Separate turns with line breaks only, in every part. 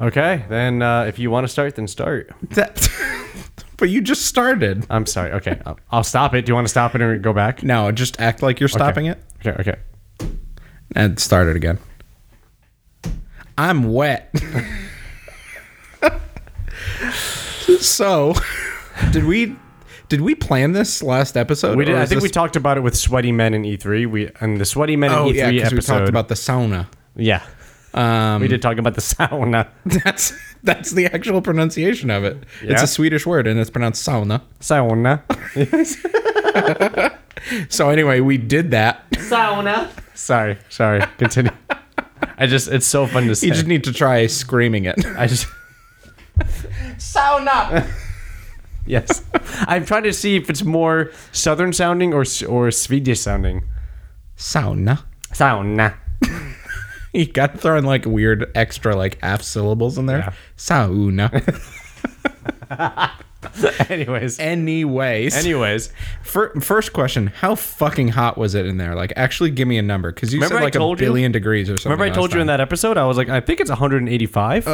Okay, then uh, if you want to start, then start.
That, but you just started.
I'm sorry. Okay, I'll, I'll stop it. Do you want to stop it and go back?
No, just act like you're stopping it
Okay, okay.
and start it again. I'm wet. so, did we did we plan this last episode?
We did,
or
I
Oh, is
think we
this-
talked about it with Sweaty Men in E3. We and the Sweaty Men
Oh
in E3
yeah, because
episode.
we talked about the sauna.
yeah,
Um,
we did talk about the sauna.
That's that's the actual pronunciation of it. It's
Yeah.
a Swedish word and it's pronounced sauna.
Sauna.
So anyway, we did that.
Sauna. Sorry, sorry. Continue. I just it's so fun to say.
You just need to try screaming it.
I just
Sauna.
yes. I'm trying to see if it's more southern sounding or s- or Swedish sounding.
Sauna.
Sauna.
You got to throw in like weird extra like half syllables in there.
Yeah.
Sauna.
Anyways.
Anyways,
Anyways,
fir- first question: How fucking hot was it in there? Like, actually, give me a number because you
Remember
said
I
like a
told you?
billion degrees or something.
remember I told you in that episode I was like I think it's 185.
Oh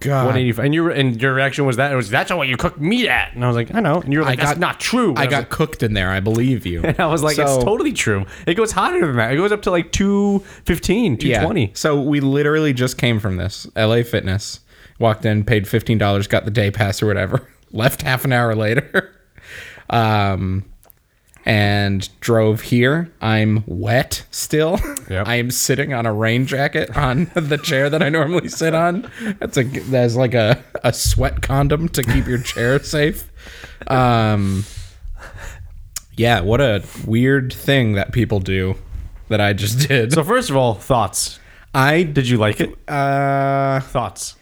god.
185. And you were, and your reaction was that it was that's not what you cooked meat at. And I was like, I know. And you were like,
I
that's
got-
not true. And
I
was
got cooked in there. I believe you.
And I was like,
So-
it's totally true. It goes hotter than that. It goes up to like 215, 220.
So we literally just came from this LA Fitness. Walked in, paid fifteen dollars, got the day pass or whatever. Left half an hour later, um, and drove here. I'm wet still.
Yep.
I am sitting on a rain jacket on the chair that I normally sit on. That's a that's like a a sweat condom to keep your chair safe. Um, yeah, what a weird thing that people do that I just did.
So, first of all, thoughts.
I did.
Did you like it?
Uh,
Thoughts.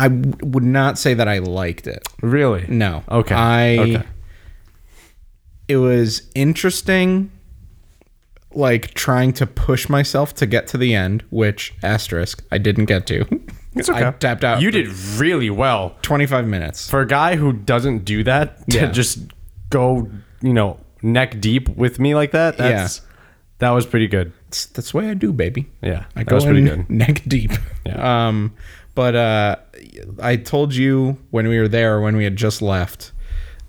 I w- would not say that I liked it.
Really?
No.
Okay.
I.
Okay.
It was interesting, like trying to push myself to get to the end, which asterisk I didn't get to.
It's okay.
I tapped out.
You
for
did really well.
twenty-five minutes.
For a guy who doesn't do that, to
Yeah.
just go, you know, neck deep with me like that, that's, that was pretty good.
that's, that's the way I do, baby.
Yeah.
I
that
go
was pretty
in
good.
neck deep.
Yeah.
Um, but uh, I told you when we were there, when we had just left,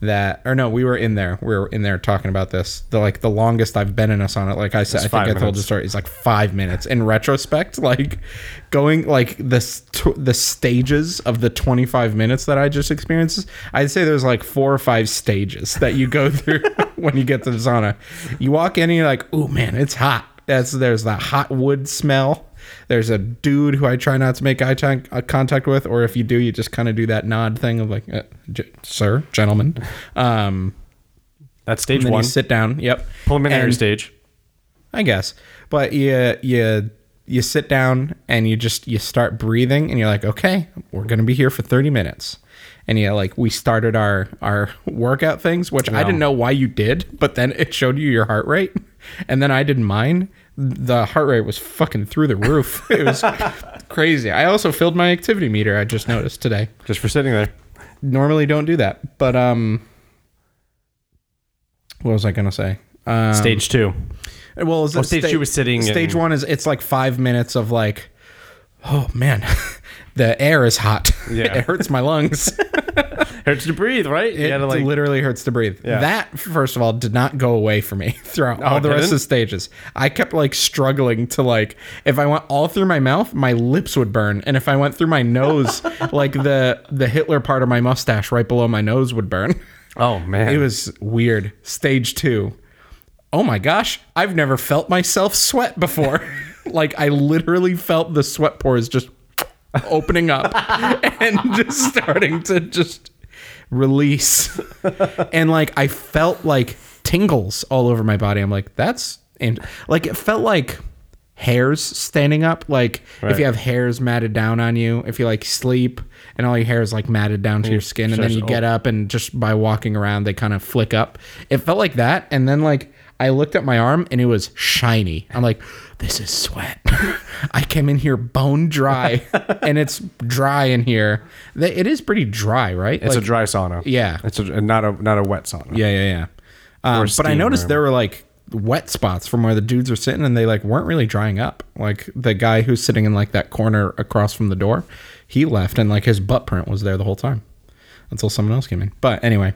that or no, we were in there. We were in there talking about this. The like the longest I've been in us on it. Like I said, I think
five
I told
minutes.
the story. It's like five minutes. In retrospect, like going like the st- the stages of the twenty five minutes that I just experienced, I'd say there's like four or five stages that you go through when you get to the sauna. You walk in and you're like, oh man, it's hot. That's there's that hot wood smell. There's a dude who I try not to make eye t- uh, contact with, or if you do, you just kind of do that nod thing of like, uh, j- "Sir, gentlemen." Um,
That's stage
and then
one.
you sit down. Yep,
preliminary
And-
stage.
I guess. But you you you sit down and you just you start breathing and you're like, okay, we're gonna be here for 30 minutes. And yeah, like we started our our workout things, which I didn't know why you did, but then it showed you your heart rate, and then I did mine. The heart rate was fucking through the roof. It was crazy. I also filled my activity meter. I just noticed today.
Just for sitting there.
Normally don't do that, but um, what was I gonna say? Um,
Stage two.
well, is it
stage
sta-
two is sitting
Stage
and-
one is it's like five minutes of like, oh man, the air is hot.
Yeah.
it hurts my lungs.
Hurts to breathe, right? You
it
gotta like
literally hurts to breathe.
Yeah. Oh,
That first of all did not go away for me throughout all the rest of
didn't?
the stages. I kept like struggling to like if I went all through my mouth, my lips would burn, and if I went through my nose, like the the Hitler part of my mustache right below my nose would burn.
Oh man.
It was weird. Stage two. Oh my gosh, I've never felt myself sweat before. like I literally felt the sweat pores just opening up and just starting to just release. and like I felt like tingles all over my body. I'm like, that's and like it felt like hairs standing up like if
Right.
you have hairs matted down on you if you like sleep and all your hair is like matted down to your skin and then
starts
you
to
get up and just by walking around they kind of flick up it felt like that and then like i looked at my arm and it was shiny i'm like this is sweat i came in here bone dry and it's dry in here Th- it is pretty dry right
it's
Like-
a dry sauna.
yeah
It's a, not a not a wet sauna.
yeah yeah yeah um, but i
steam
noticed there were like wet spots from where the dudes are sitting and they like weren't really drying up. Like the guy who's sitting in like that corner across from the door, he left and like his butt print was there the whole time until someone else came in. But anyway,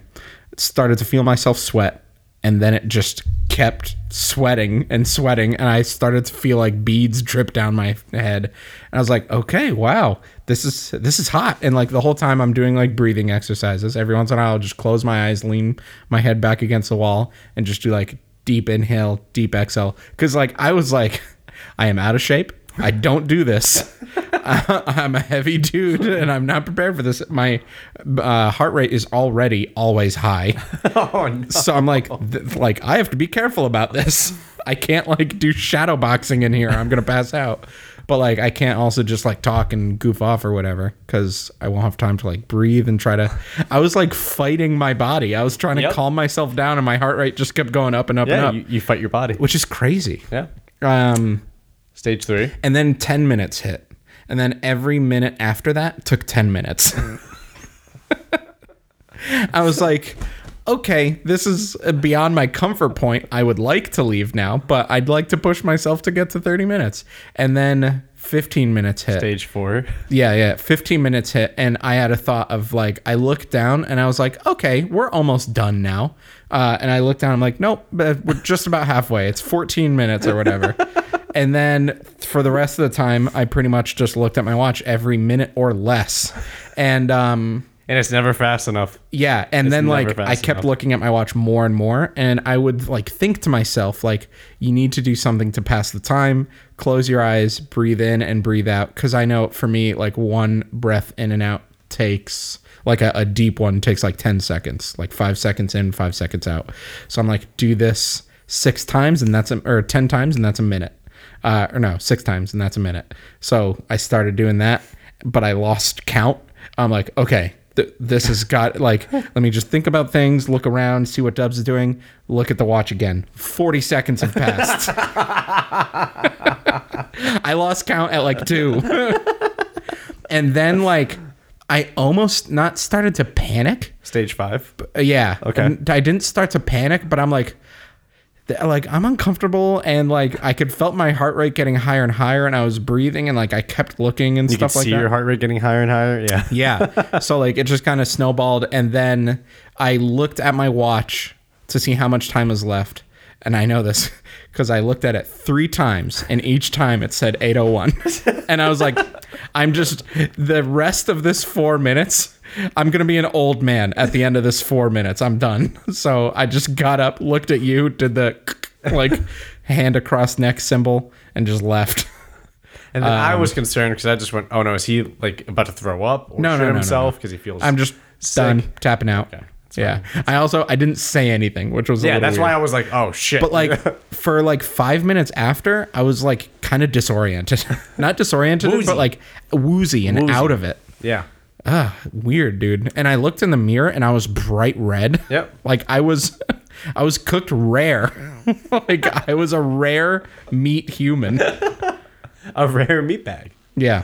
started to feel myself sweat and then it just kept sweating and sweating and I started to feel like beads drip down my head. And I was like, "Okay, wow. This is this is hot." And like the whole time I'm doing like breathing exercises. Every once in a while I'll just close my eyes, lean my head back against the wall and just do like deep inhale, deep exhale. Cause like I was like, I am out of shape. I don't do this. I- I'm a heavy dude and I'm not prepared for this. My uh, heart rate is already always high.
Oh, no.
So I'm like, th- like I have to be careful about this. I can't like do shadow boxing in here. I'm gonna pass out. But like, I can't also just like talk and goof off or whatever because I won't have time to like breathe and try to. I was like fighting my body. I was trying to
Yep.
calm myself down, and my heart rate just kept going up and up and
Yeah,
up,
you, you fight your body.
which is crazy.
Yeah.
Um,
Stage three.
and then 10 minutes hit and then every minute after that took 10 minutes i was like okay this is beyond my comfort point i would like to leave now but i'd like to push myself to get to 30 minutes and then 15 minutes hit
Stage four.
yeah, yeah. 15 minutes hit, and I had a thought of like, I looked down and I was like, okay, we're almost done now. Uh, and I looked down, I'm like, nope, but we're just about halfway. It's 14 minutes or whatever. and then for the rest of the time, I pretty much just looked at my watch every minute or less. And, um,
And it's never fast enough.
yeah, and then
never
like
fast
I kept
enough.
looking at my watch more and more, and I would like think to myself like, you need to do something to pass the time. Close your eyes, breathe in and breathe out, because I know for me like one breath in and out takes like a, a deep one takes like ten seconds, like five seconds in, five seconds out. So I'm like, do this six times, and that's a, or ten times, and that's a minute. Uh, or no, six times, and that's a minute. So I started doing that, but I lost count. I'm like, okay, th- this has got like let me just think about things look around see what dubs is doing look at the watch again 40 seconds have passed i lost count at like two and then like i almost not started to panic
Stage five.
uh, yeah.
Okay.
And I didn't start to panic, but I'm like, th- like I'm uncomfortable, and like I could felt my heart rate getting higher and higher, and I was breathing, and like I kept looking and
You can
stuff like
see
that.
your heart rate getting higher and higher. Yeah.
yeah. So like it just kind of snowballed, and then I looked at my watch to see how much time was left, and I know this because I looked at it three times, and each time it said 8:01, and I was like, I'm just the rest of this four minutes. I'm gonna be an old man at the end of this four minutes. I'm done. So I just got up, looked at you, did the like hand across neck symbol, and just left.
And then
Um,
I was concerned because I just went, oh no, is he like about to throw up or
No, no,
shit
no, no,
himself because he feels.
I'm just
sick.
done tapping out. yeah. I also I didn't say anything, which was a
Yeah,
little
that's why I was like, oh shit.
But like for like five minutes after, I was like kind of disoriented, not disoriented,
Woozy.
but like woozy and
Woozy.
out of it.
yeah.
Ah, weird, dude. And I looked in the mirror and I was bright red.
Yep.
Like I was, I was cooked rare. like I was a rare meat human.
A rare meat bag.
Yeah.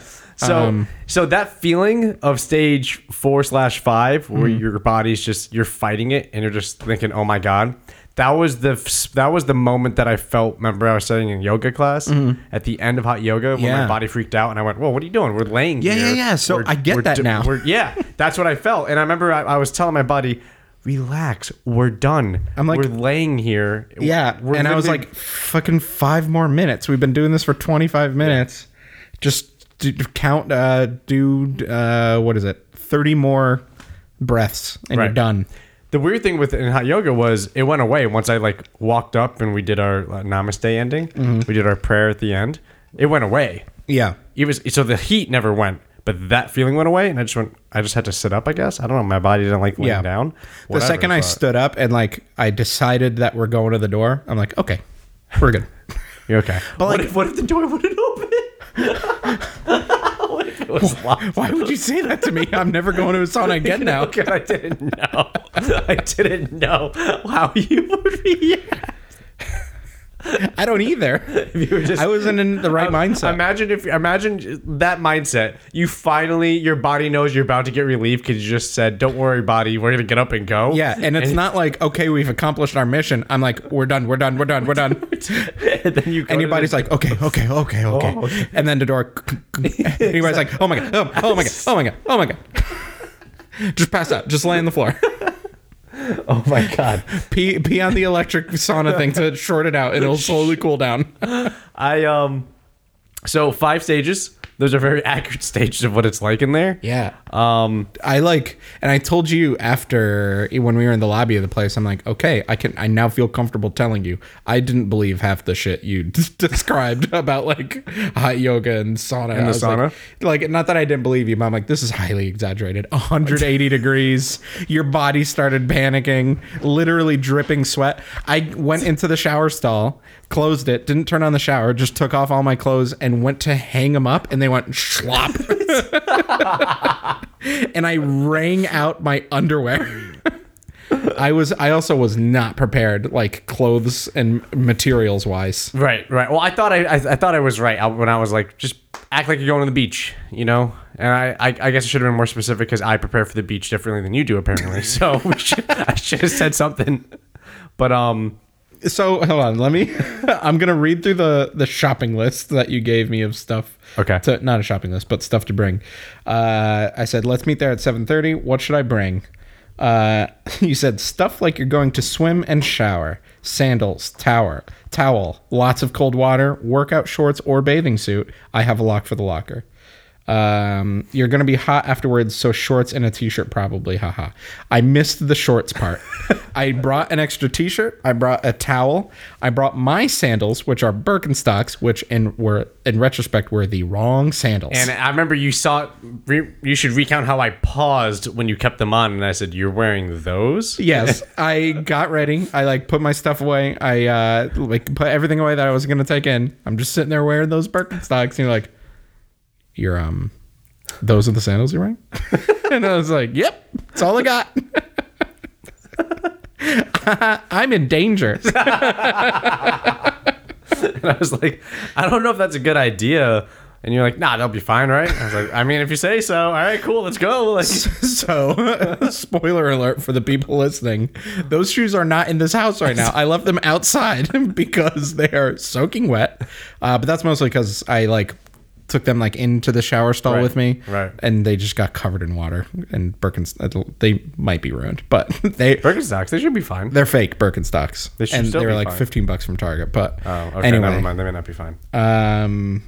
So,
Um,
so that feeling of stage four slash five, where
Mm.
your body's just you're fighting it, and you're just thinking, "Oh my god," that was the f- that was the moment that I felt. Remember, I was studying in yoga class at the end of hot yoga when my
Mm-hmm. Yeah.
body freaked out, and I went, "Well, what are you doing? We're laying
Yeah,
here.
yeah, yeah. So
We're-
I get
we're
that now.
we're- yeah, that's what I felt, and I remember I, I was telling my body. Relax. We're done.
I'm like-
we're laying here.
Yeah,
We're
and I was
living-
like, fucking five more minutes. We've been doing this for 25 minutes. Just d- count, uh, do, uh, what is it? 30 more breaths and you're
Right.
done.
The weird thing with in hot yoga was it went away once I like walked up and we did our uh, namaste ending. We did our prayer at the end. It went away.
Mm-hmm. Yeah.
It was so the heat never went, but that feeling went away, and I just went. I just had to sit up. I guess I don't know. My body didn't like laying
Yeah.
down.
The
Whatever,
second I
but-
stood up and like I decided that we're going to the door, I'm like, okay, we're good.
You're okay. But
like-
what, if, what if the door wouldn't open? what if it was locked?
Why would you say that to me? I'm never going to a sauna again now.
Okay, I didn't know. I didn't know how you would react.
I don't either.
If you were just-
I wasn't in the right
Um,
mindset.
Imagine if imagine that mindset. You finally your body knows you're about to get relief because you just said, "Don't worry, body, we're gonna get up and go."
yeah, and it's not like okay, we've accomplished our mission. I'm like, we're done, we're done, we're done, we're done.
and then you go
And
to
your body's
the-
like, okay, okay, okay, okay.
Oh, okay.
And then the door. Anybody's like, oh my god, oh, oh my god, oh my god, oh my god. Just pass out. Just lay on the floor.
"Oh my god."
Pee, pee on the electric sauna thing to short it out, and it'll slowly cool down.
I um, so five stages. Those are very accurate stages of what it's like in there.
Yeah.
Um,
I like, and I told you after when we were in the lobby of the place, I'm like, okay, I can, I now feel comfortable telling you, I didn't believe half the shit you described about like hot yoga and sauna. And
the sauna?
like, like, not that I didn't believe you, but I'm like, this is highly exaggerated. 180 degrees, your body started panicking, literally dripping sweat. I went into the shower stall, closed it, didn't turn on the shower, just took off all my clothes and went to hang them up, and they went schlop. and I rang out my underwear. I was I also was not prepared like clothes and materials wise.
right, right. Well, I thought I, I, I thought I was right I- when I was like, just act like you're going to the beach, you know. And I, I, I guess I should have been more specific because I prepare for the beach differently than you do, apparently. So we should, I should have said something. But um,
So hold on, let me I'm going to read through the the shopping list that you gave me of stuff.
Okay.
To, not a shopping list, but stuff to bring. Uh, I said let's meet there at 7:30. What should I bring? Uh, you said stuff like you're going to swim and shower, sandals, tower, towel, lots of cold water, workout shorts or bathing suit. I have a lock for the locker. Um, you're gonna be hot afterwards, so shorts and a t-shirt probably. Haha. I missed the shorts part. I brought an extra t-shirt. I brought a towel. I brought my sandals, which are Birkenstocks, which in were in retrospect were the wrong sandals.
and I remember you saw. Re, you should recount how I paused when you kept them on, and I said, "You're wearing those."
yes, I got ready. I like put my stuff away. I uh like put everything away that I was gonna take in. I'm just sitting there wearing those Birkenstocks, and you're like, you're um, those are the sandals you're wearing. and I was like, yep, that's all I got. I'm in danger.
And I was like, I don't know if that's a good idea. And you're like, Nah, they'll be fine, right? I was like, I mean, if you say so. All right, cool, let's go. Like,
So, spoiler alert for the people listening: those shoes are not in this house right now. I left them outside because they are soaking wet. Uh, but that's mostly because I like took them like into the shower stall with me,
right.
And they just got covered in water. And Birkenstocks, they might be ruined, but they
Birkenstocks, they should be fine.
they're fake Birkenstocks.
They should
and
still
they were
be
like
fine.
fifteen bucks from Target. But
Oh, okay.
anyway,
Never mind. They may not be fine.
um,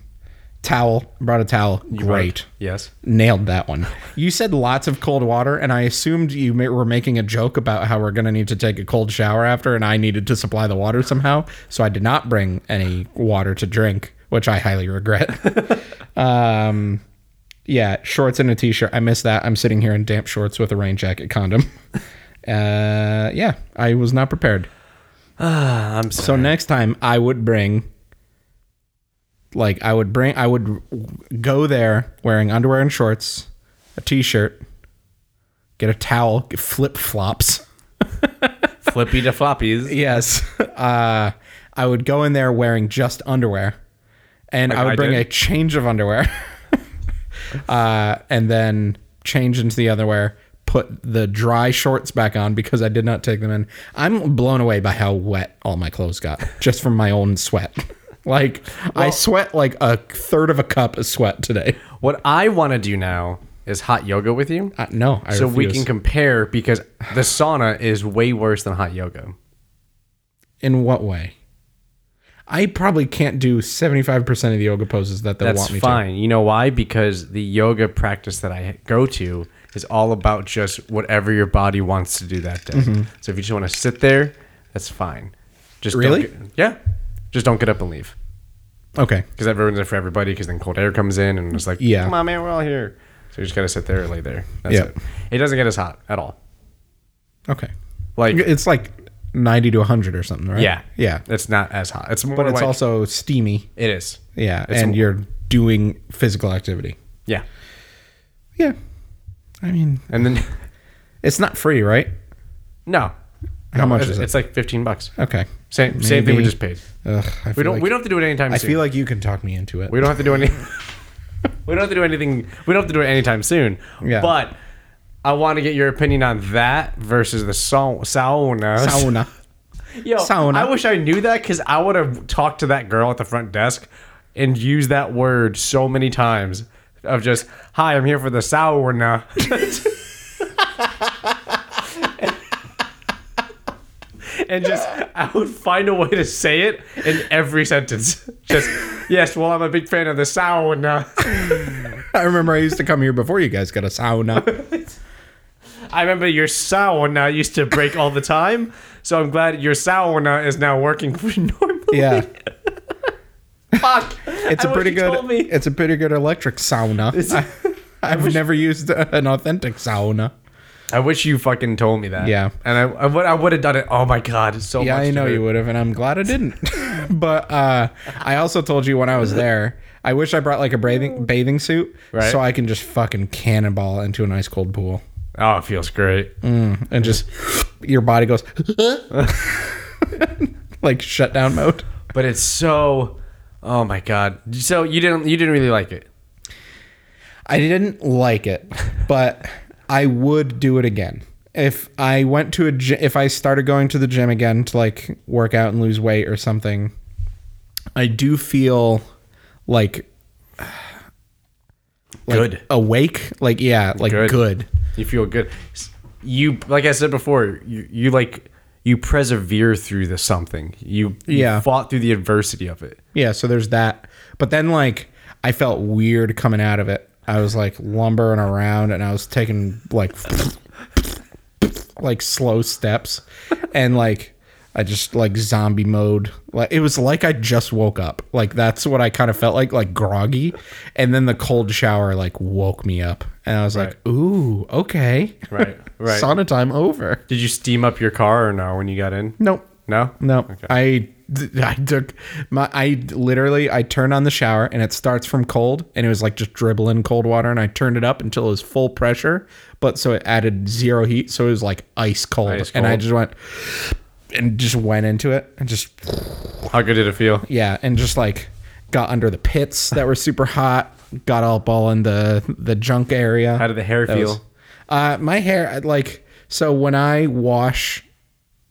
towel brought a towel. Great.
Yes.
Nailed that one. You said lots of cold water, and I assumed you ma- were making a joke about how we're going to need to take a cold shower after, and I needed to supply the water somehow. So I did not bring any water to drink, which I highly regret. um, yeah, shorts and a t shirt. I missed that. I'm sitting here in damp shorts with a rain jacket condom. uh, yeah, I was not prepared.
I'm so,
So next time I would bring like I would bring I would go there wearing underwear and shorts, a t-shirt, get a towel, get flip-flops.
flippy to floppies.
Yes. Uh I would go in there wearing just underwear and I would
I
bring
did.
a change of underwear. uh and then change into the underwear, put the dry shorts back on because I did not take them in. I'm blown away by how wet all my clothes got just from my own sweat. Like I sweat like a third of a cup of sweat today.
What I want to do now is hot yoga with you,
Uh, no, I
so we
refuse.
can compare because the sauna is way worse than hot yoga.
In what way? I probably can't do 75% of the yoga poses that they
That's
want me to.
fine. You know why? Because the yoga practice that I go to is all about just whatever your body wants to do that day.
Mm-hmm.
So if you just want to sit there, that's fine. Just don't
Really?
get- yeah. Just don't get up and leave.
Okay.
because that ruins it for everybody. Because then cold air comes in and it's like,
Yeah.
come on, man, we're all here. So you just gotta sit there and lay there. That's
Yeah.
it. It doesn't get as hot at all.
Okay.
Like,
It's like 90 to 100 or something, right?
yeah,
Yeah.
it's not as hot. It's more,
But it's
like-
also steamy.
it is,
Yeah. and you're doing physical activity.
yeah.
Yeah. I mean,
And then
it's not free, right?
no,
How much
it's,
is it?
It's like fifteen bucks.
Okay.
Same same thing we
Maybe.
just paid.
Ugh, I
We
feel
don't
Like,
we don't have to do it anytime
I
soon.
feel like you can talk me into it.
we don't have to do any. we don't have to do anything. We don't have to do it anytime soon.
Yeah.
But I want to get your opinion on that versus the sau- sauna.
Sauna.
Yo,
Sauna.
I wish I knew that because I would have talked to that girl at the front desk and used that word so many times of just, hi, I'm here for the sauna. and just, I would find a way to say it in every sentence. Just, yes, well, I'm a big fan of the sauna.
I remember I used to come here before you guys got a sauna.
I remember your sauna used to break all the time. So I'm glad your sauna is now working normally.
Yeah.
Fuck.
It's a
I wish
pretty
you
good.
told me.
It's a pretty good electric sauna. I, I've never used a- an authentic sauna.
I wish you fucking told me that.
Yeah.
and I, I would I would have done it. Oh my god, it's so
Yeah,
much.
I
to
know
do.
you would have, and I'm glad I didn't. but uh, I also told you when I was there. I wish I brought like a bathing bathing suit
Right.
so I can just fucking cannonball into an ice cold pool
Oh, it feels great.
Mm. and just your body goes like shutdown mode.
But it's so. Oh my god. So you didn't you didn't really like it.
I didn't like it, but I would do it again. If I went to a gy- if I started going to the gym again to like work out and lose weight or something, I do feel like, like
Good.
awake, like yeah, like
Good.
good.
You feel good. S- You like I said before. You, you like you persevere through the something. You you
Yeah.
fought through the adversity of it.
Yeah, so there's that. But then like I felt weird coming out of it. I was like lumbering around and I was taking like like slow steps and like I just like zombie mode. Like it was like I just woke up. Like that's what I kind of felt like, like groggy. And then the cold shower like woke me up. And I was like, ooh, okay.
Right, right.
Sauna time over.
Did you steam up your car or no when you got in?
Nope.
No.
No, I I took my I literally I turned on the shower and it starts from cold and it was like just dribbling cold water and I turned it up until it was full pressure, but so it added zero heat, so it was like ice cold,
Ice
and I
cold.
just went and just went into it and just
How good did it feel?
yeah and just like got under the pits that were super hot, got up all in the the junk area.
How did the hair
That
feel?
was- uh, my hair, I'd like, so when I wash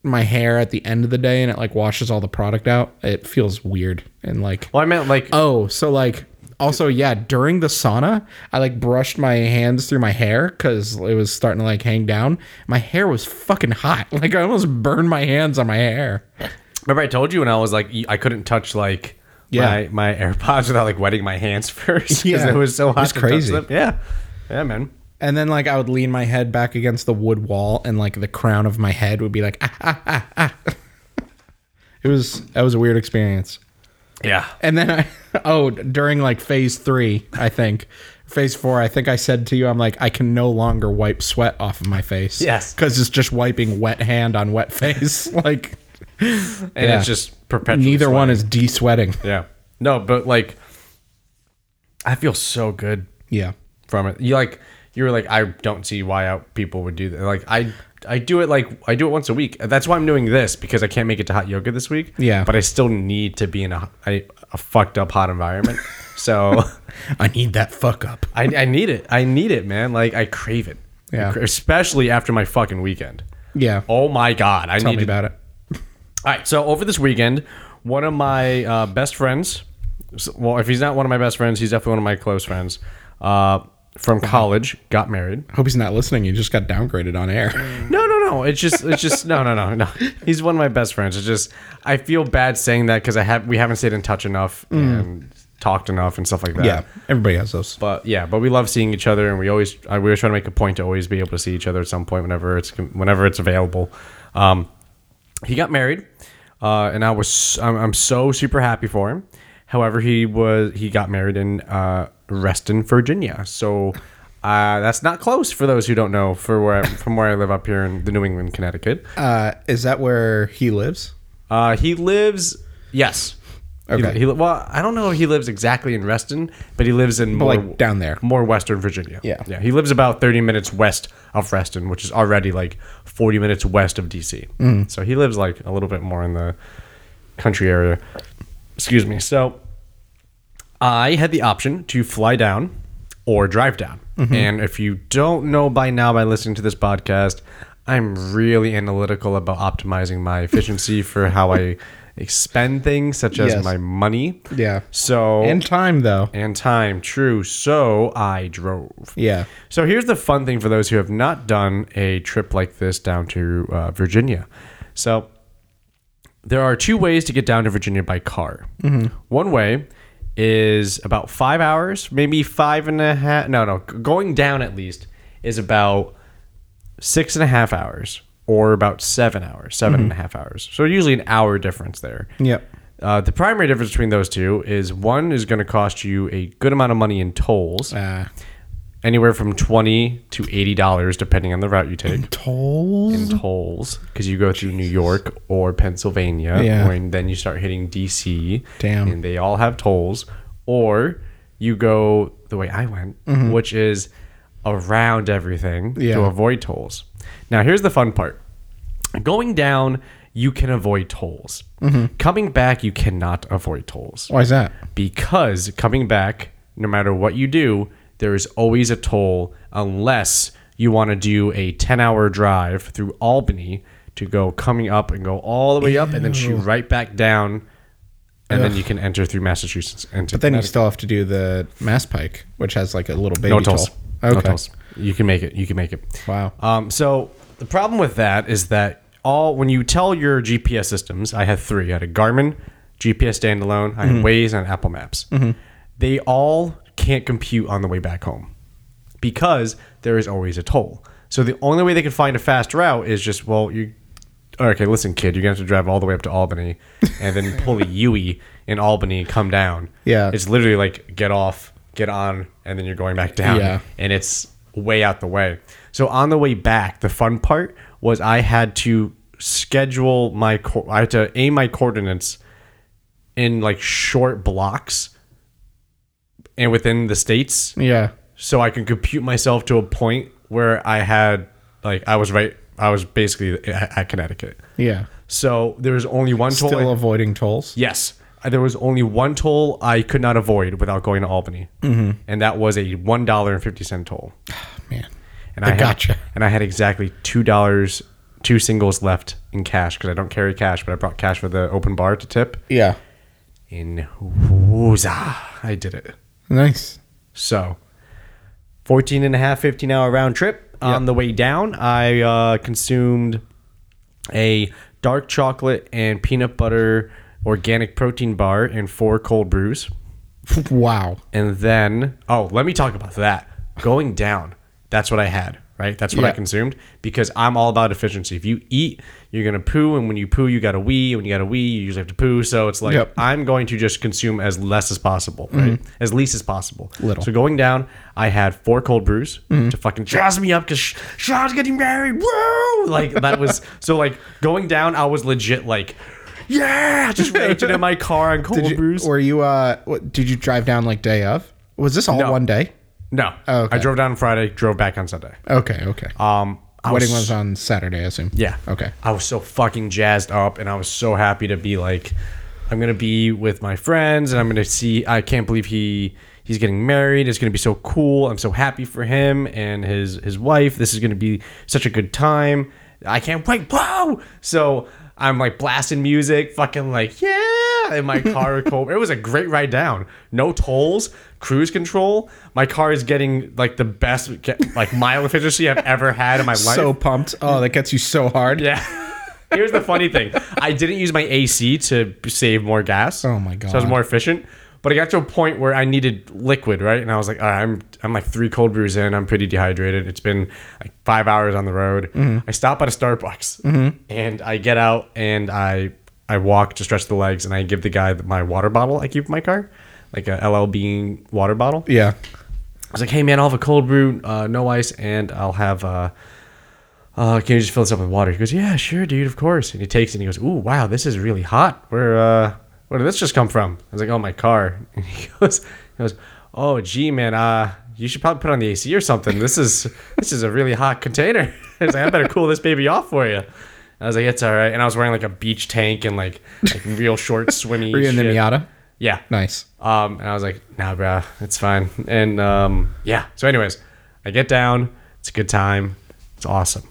my hair at the end of the day and it like washes all the product out, it feels weird and like,
well, I meant like
oh, so like, also, yeah, during the sauna, I like brushed my hands through my hair because it was starting to like hang down. My hair was fucking hot. Like, I almost burned my hands on my hair.
Remember, I told you when I was like, I couldn't touch like
Yeah.
my, my AirPods without like wetting my hands first because
Yeah.
it was so
It
hot.
was
to touch
crazy.
them. Yeah, yeah, man.
And then like I would lean my head back against the wood wall and like the crown of my head would be like, ah, ah, ah, ah. It was, that was a weird experience.
Yeah,
And then I oh during like phase three, I think phase four, I think I said to you, I'm like I can no longer wipe sweat off of my face.
Yes.
because it's just wiping wet hand on wet face. like
and
Yeah.
it's just perpetually
neither one
sweating.
is de-sweating.
Yeah, no, but like, I feel so good
Yeah,
from it. You like, you were like, I don't see why out people would do that. Like, I. I do it like I do it once a week. That's why I'm doing this because I can't make it to hot yoga this week.
Yeah.
but I still need to be in a a, a fucked up hot environment. So
I need that fuck up.
I, I need it. I need it, man. Like I crave it.
Yeah.
I cra- Especially after my fucking weekend.
Yeah,
Oh my god, I
tell
need
me
to-
about it.
All right, so over this weekend, one of my uh, best friends. s- Well, if he's not one of my best friends, he's definitely one of my close friends. Uh, from
Uh-huh.
college, got married.
Hope he's not listening. You just got downgraded on air.
No, no, no. It's just, it's just, no, no, no, no. He's one of my best friends. It's just, I feel bad saying that because I have, we haven't stayed in touch enough and talked enough and stuff like that.
Mm. yeah, everybody has those.
But yeah, but we love seeing each other, and we always I, we always try to make a point to always be able to see each other at some point whenever it's whenever it's available. Um, he got married, uh, and I was I'm, I'm so super happy for him. However, he was he got married in uh, Reston, Virginia. So uh, that's not close for those who don't know for where from where I live up here in the New England, Connecticut.
Uh, is that where he lives?
Uh, he lives yes. He-
Okay.
he- well, I don't know if he lives exactly in Reston, but he lives in more
like, down there.
more Western Virginia.
Yeah.
yeah. He lives about 30 minutes west of Reston, which is already like 40 minutes west of DC.
Mm.
So he lives like a little bit more in the country area. Excuse me. So I had the option to fly down or drive down.
Mm-hmm.
And if you don't know by now by listening to this podcast, I'm really analytical about optimizing my efficiency for how I expend things such as
Yes.
my money.
Yeah.
So
And time though.
and time, true. So I drove.
Yeah.
So here's the fun thing for those who have not done a trip like this down to uh, Virginia. So there are two ways to get down to Virginia by car. One way is about five hours, maybe five and a half. No, no, g- going down at least is about six and a half hours or about seven hours, seven and a half hours. So usually an hour difference there.
Yep.
Uh, the primary difference between those two is one is going to cost you a good amount of money in tolls,
Uh,
anywhere from twenty to eighty dollars, depending on the route you take.
tolls.
In tolls, because you go through New York or Pennsylvania,
Yeah.
or- and then you start hitting DC.
Damn.
and they all have tolls. Or you go the way I went, which is around everything to
Mm-hmm. Yeah.
avoid tolls. Now, here's the fun part going down, you can avoid tolls.
Mm-hmm.
Coming back, you cannot avoid tolls
Why is that?
because coming back, no matter what you do, there is always a toll unless you want to do a 10 hour drive through Albany to go coming up and go all the way up and then shoot right back down. And then you can enter through Massachusetts. And
But then you still have to do the Mass Pike, which has like a little baby
no tolls.
toll.
No tolls. You can make it. You can make it.
Wow.
Um, so the problem with that is that all when you tell your GPS systems, I had three. I had a Garmin GPS standalone, I had
Mm-hmm.
Waze, and Apple Maps. They all can't compute on the way back home because there is always a toll. So the only way they can find a fast route is just well, you okay? Listen, kid, you're gonna have to drive all the way up to Albany and then pull a Huey in Albany and come down.
Yeah.
it's literally like get off, get on, and then you're going back down
Yeah.
and it's way out the way. So on the way back, the fun part was I had to schedule my co- I had to aim my coordinates in like short blocks and within the states
Yeah.
so I can compute myself to a point where I had like I was right I was basically at at Connecticut.
Yeah.
So there was only one toll.
Still avoiding tolls.
Yes. Uh, There was only one toll I could not avoid without going to Albany, mm-hmm. and that was a one dollar and fifty cent toll.
Man.
And I, had-
gotcha.
and I had exactly two dollars, two singles left in cash because I don't carry cash, but I brought cash for the open bar to tip.
Yeah.
In wooza, I did it.
Nice.
So, 14 and a half, 15 hour round trip. On the way down, I uh, consumed a dark chocolate and peanut butter organic protein bar and four cold brews.
Wow.
And then, oh, let me talk about that. Going down, that's what I had, right? That's what I
Yeah.
consumed because I'm all about efficiency. If you eat, you're going to poo. And when you poo, you got to wee. and When you got to wee, you usually have to poo. So it's like,
Yep. Mm-hmm.
I'm going to just consume as less as possible, right? As least as possible.
Little. Mm-hmm.
So going down, I had four cold brews to fucking jazz me up because Sean's getting married. Woo! Like that was, so like going down, I was legit like, yeah, just raging in my car on cold
Did you,
brews.
Were you uh what, did you drive down like day of? Was this all
No.
one day?
No.
Oh, okay.
I drove down Friday, drove back on Sunday.
Okay, okay.
Um, I
Wedding
was,
was on Saturday, I assume.
yeah.
Okay.
I was so fucking jazzed up, and I was so happy to be like, I'm gonna be with my friends, and I'm gonna see. I can't believe he he's getting married. It's gonna be so cool. I'm so happy for him and his his wife. This is gonna be such a good time. I can't wait. Whoa! So I'm like blasting music, fucking like yeah, in my car. with Cobra. it was a great ride down. No tolls, cruise control. My car is getting like the best like mile efficiency I've ever had in my life.
So pumped. Oh, that gets you so hard.
Yeah. Here's the funny thing. I didn't use my AC to save more gas.
Oh my God.
So I was more efficient. But I got to a point where I needed liquid, right? And I was like, all right, I'm I'm like three cold brews in. I'm pretty dehydrated. It's been like five hours on the road.
Mm-hmm.
I stop at a Starbucks and I get out and I I walk to stretch the legs and I give the guy my water bottle I keep in my car, like a LL Bean water bottle.
Yeah.
I was like, hey man, I'll have a cold brew, uh, no ice, and I'll have. Uh, uh, can you just fill this up with water? He goes, yeah, sure, dude, of course. And he takes it and he goes, ooh, wow, this is really hot. We're uh, where did this just come from? I was like, oh, my car. And he goes, he goes, oh, gee, man, uh, you should probably put on the AC or something. This is this is a really hot container. I was like, I better cool this baby off for you. I was like, it's all right. And I was wearing like a beach tank and like, like real short swimmy.
Were you in the Miata?
Yeah.
Nice.
Um, and I was like, nah, bruh, it's fine. And um, yeah. So, anyways, I get down. It's a good time. It's awesome.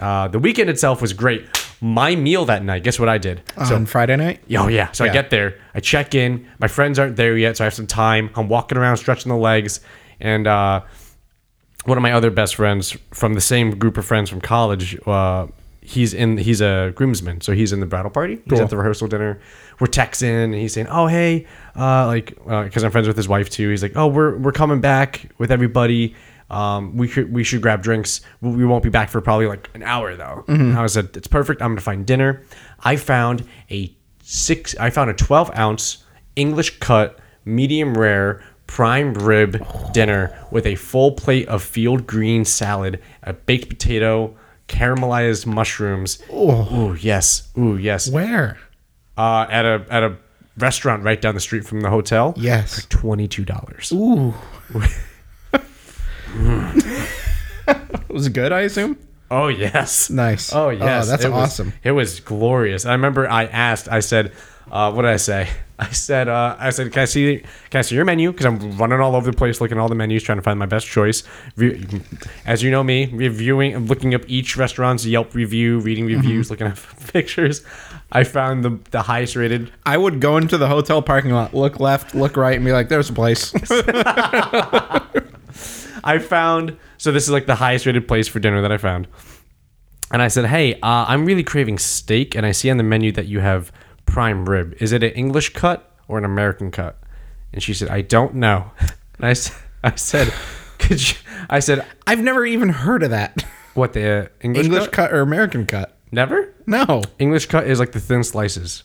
Uh, the weekend itself was great. My meal that night, guess what I did? So,
on Friday night?
oh, yeah. So I
Yeah.
get there. I check in. My friends aren't there yet. So I have some time. I'm walking around, stretching the legs. And uh, one of my other best friends from the same group of friends from college. Uh, he's in. He's a groomsman, so he's in the bridal party. He's
Cool.
at the rehearsal dinner. We're texting, and he's saying, "Oh, hey, uh, like, because I'm friends with his wife too." He's like, "Oh, we're we're coming back with everybody. Um, we could we should grab drinks. We- We won't be back for probably like an hour though."
Mm-hmm.
And I said, "It's perfect. I'm gonna find dinner." I found a six. I found a 12 ounce English cut medium rare prime rib dinner with a full plate of field green salad, a baked potato, caramelized mushrooms. Ooh, yes. Ooh, yes.
Where?
Uh, at a at a restaurant right down the street from the hotel.
Yes.
$22.
Ooh. it was good, I assume.
Oh, yes.
Nice.
Oh yes,
that's
It was-
awesome.
it was glorious. I remember I asked. I said, uh, "What did I say?" I said, uh, "I said, can I see, can I see your menu? Because I'm running all over the place, looking at all the menus, trying to find my best choice. Re- As you know me, reviewing, looking up each restaurant's Yelp review, reading reviews,
Mm-hmm.
looking at pictures. I found the the highest rated.
I would go into the hotel parking lot, look left, look right, and be like, "There's a place."
I found so this is like the highest rated place for dinner that I found. And I said, "Hey, uh, I'm really craving steak, and I see on the menu that you have prime rib. Is it an English cut or an American cut?" And she said, "I don't know." And I, s- I said, "Could you?" I said,
I've never even heard of that
"What the uh, English,
English
cut?
cut or American cut.
Never.
No.
English cut is like the thin slices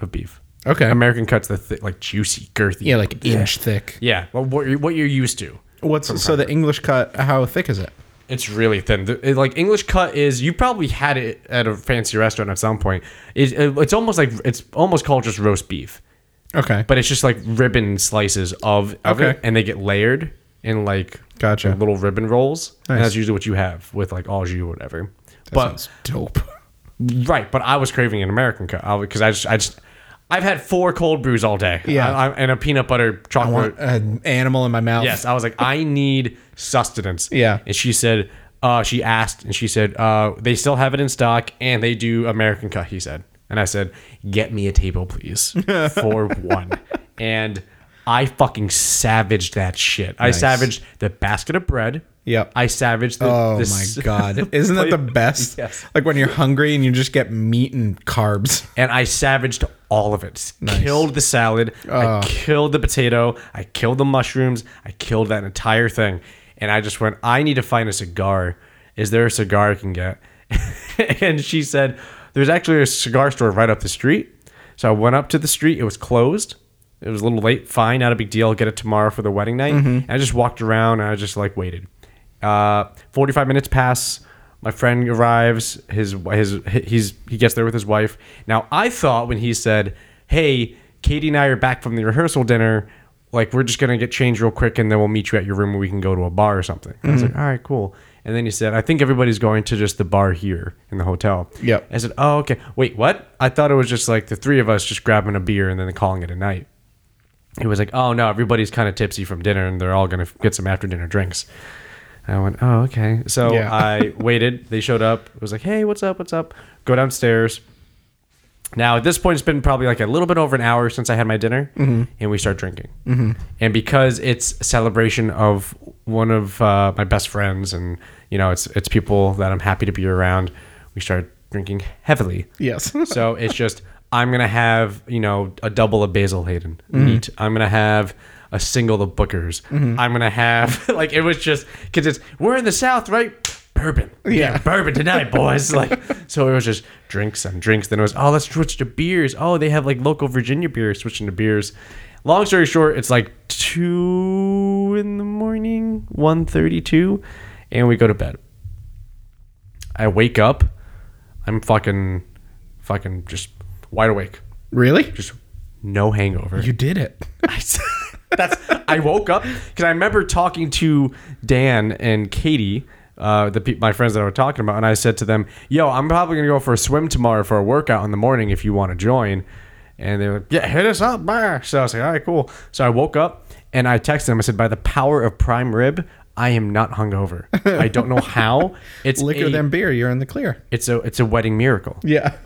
of beef.
Okay.
American cuts the th- like juicy, girthy.
yeah, like inch thick.
yeah. Well, what you're, what you're used to."
What's so the English cut? How thick is it?
It's really thin. The- it- like English cut is you probably had it at a fancy restaurant at some point. It, it- it's almost like it's almost called just roast beef,
Okay.
but it's just like ribbon slices of, of
Okay.
it, and they get layered in like
Gotcha.
little ribbon rolls. And
Nice.
that's usually what you have with like au jus or whatever. but
Sounds dope.
Right, but I was craving an American cut because I just, I just I've had four cold brews all day.
Yeah.
I, I- and a peanut butter chocolate.
Want an animal in my mouth.
Yes, I was like, I need sustenance.
Yeah.
And she said, uh, she asked, and she said, uh, they still have it in stock, and they do American cut. He said, and I said, get me a table, please, for one. And I fucking savaged that shit. I savaged the basket of bread.
Yep.
I savaged the.
Oh
the
my god! Isn't that the best?
Yes.
Like when you're hungry and you just get meat and carbs.
and I savaged all of it. Killed the salad. I killed the potato. I killed the mushrooms. I killed that entire thing. And I just went, I need to find a cigar. Is there a cigar I can get? and she said, There's actually a cigar store right up the street. So I went up to the street. It was closed. It was a little late. Fine, not a big deal. I'll get it tomorrow for the wedding night. And I just walked around and I just like waited. Uh, 45 minutes pass. My friend arrives. His his he's he gets there with his wife. Now I thought when he said, "Hey, Katie and I are back from the rehearsal dinner. Like we're just gonna get changed real quick, and then we'll meet you at your room, and we can go to a bar or something." I was like, "All right, cool." And then he said, "I think everybody's going to just the bar here in the hotel."
Yep.
I said, "Oh, okay. Wait, what? I thought it was just like the three of us just grabbing a beer and then calling it a night." He was like, "Oh no, everybody's kind of tipsy from dinner, and they're all gonna f- get some after dinner drinks." And I went, "Oh, okay." So
Yeah.
I waited. They showed up. It was like, "Hey, what's up? What's up?" Go downstairs. Now at this point, it's been probably like a little bit over an hour since I had my dinner, and we start drinking. And because it's a celebration of one of uh, my best friends, and you know, it's it's people that I'm happy to be around, we start drinking heavily.
Yes.
So it's just I'm gonna have you know a double of Basil Hayden meat. I'm gonna have a single of Booker's. I'm gonna have like it was just because it's we're in the South, right? Bourbon,
Yeah.
bourbon tonight, boys. like so it was just drinks and drinks. Then it was oh let's switch to beers. Oh they have like local Virginia beer switching to beers. Long story short, it's like two in the morning, 1.32, and we go to bed. I wake up, I'm fucking, fucking just wide awake,
Really?
just no hangover.
You did it.
I, that's I woke up because I remember talking to Dan and Katie, uh, the pe- my friends that I was talking about, and I said to them, "Yo, I'm probably gonna go for a swim tomorrow for a workout in the morning if you want to join." And they were like, "Yeah, hit us up, man." So I was like, "All right, cool." So I woke up and I texted them. I said, "By the power of prime rib." I am not hungover. I don't know how. It's
Liquor
a,
than beer, you're in the clear.
It's a it's a wedding miracle
Yeah.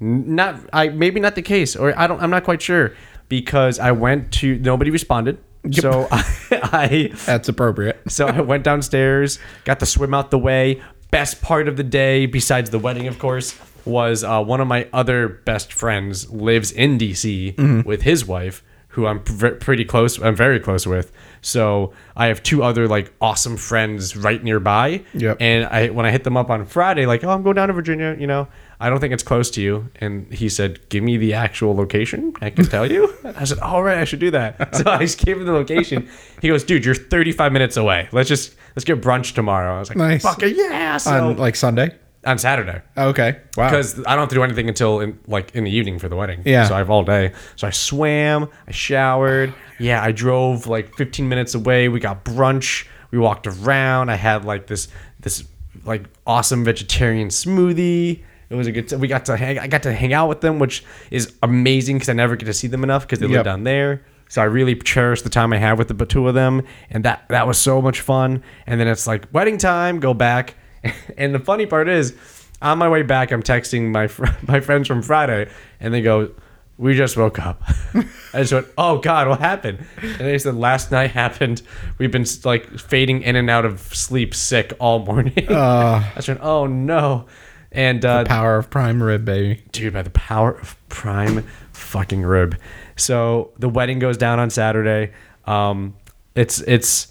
not I maybe not the case or I don't I'm not quite sure because I went to nobody responded so I, I
That's appropriate.
so I went downstairs got the swim out the way best part of the day besides the wedding of course was uh, one of my other best friends lives in DC with his wife who I'm pr- pretty close I'm very close with so I have two other like awesome friends right nearby
Yep.
and and I when I hit them up on Friday, like, oh, I'm going down to Virginia. You know, I don't think it's close to you. And he said, give me the actual location. I can tell you. I said, all right, I should do that. So I just gave him the location. He goes, dude, you're 35 minutes away. Let's just let's get brunch tomorrow. I was like,
Nice.
fuck it, yeah. So
On
on,
like Sunday.
Saturday.
Okay. Wow.
Because I don't have to do anything until in, like in the evening for the wedding.
Yeah.
So I have all day. So I swam. I showered. Yeah, I drove like 15 minutes away. We got brunch. We walked around. I had like this this like awesome vegetarian smoothie. It was a good. T- we got to hang. I got to hang out with them, which is amazing because I never get to see them enough because they
Yep.
live down there. So I really cherish the time I had with the two of them, and that that was so much fun. And then it's like wedding time. Go back. And the funny part is, on my way back, I'm texting my fr- my friends from Friday, and they go, "We just woke up." I just went, "Oh God, what happened?" And they said, "Last night happened. We've been like fading in and out of sleep, sick all morning." I just went, "Oh no." And uh,
Power of prime rib, baby.
dude, by the power of prime fucking rib. So the wedding goes down on Saturday. Um, it's it's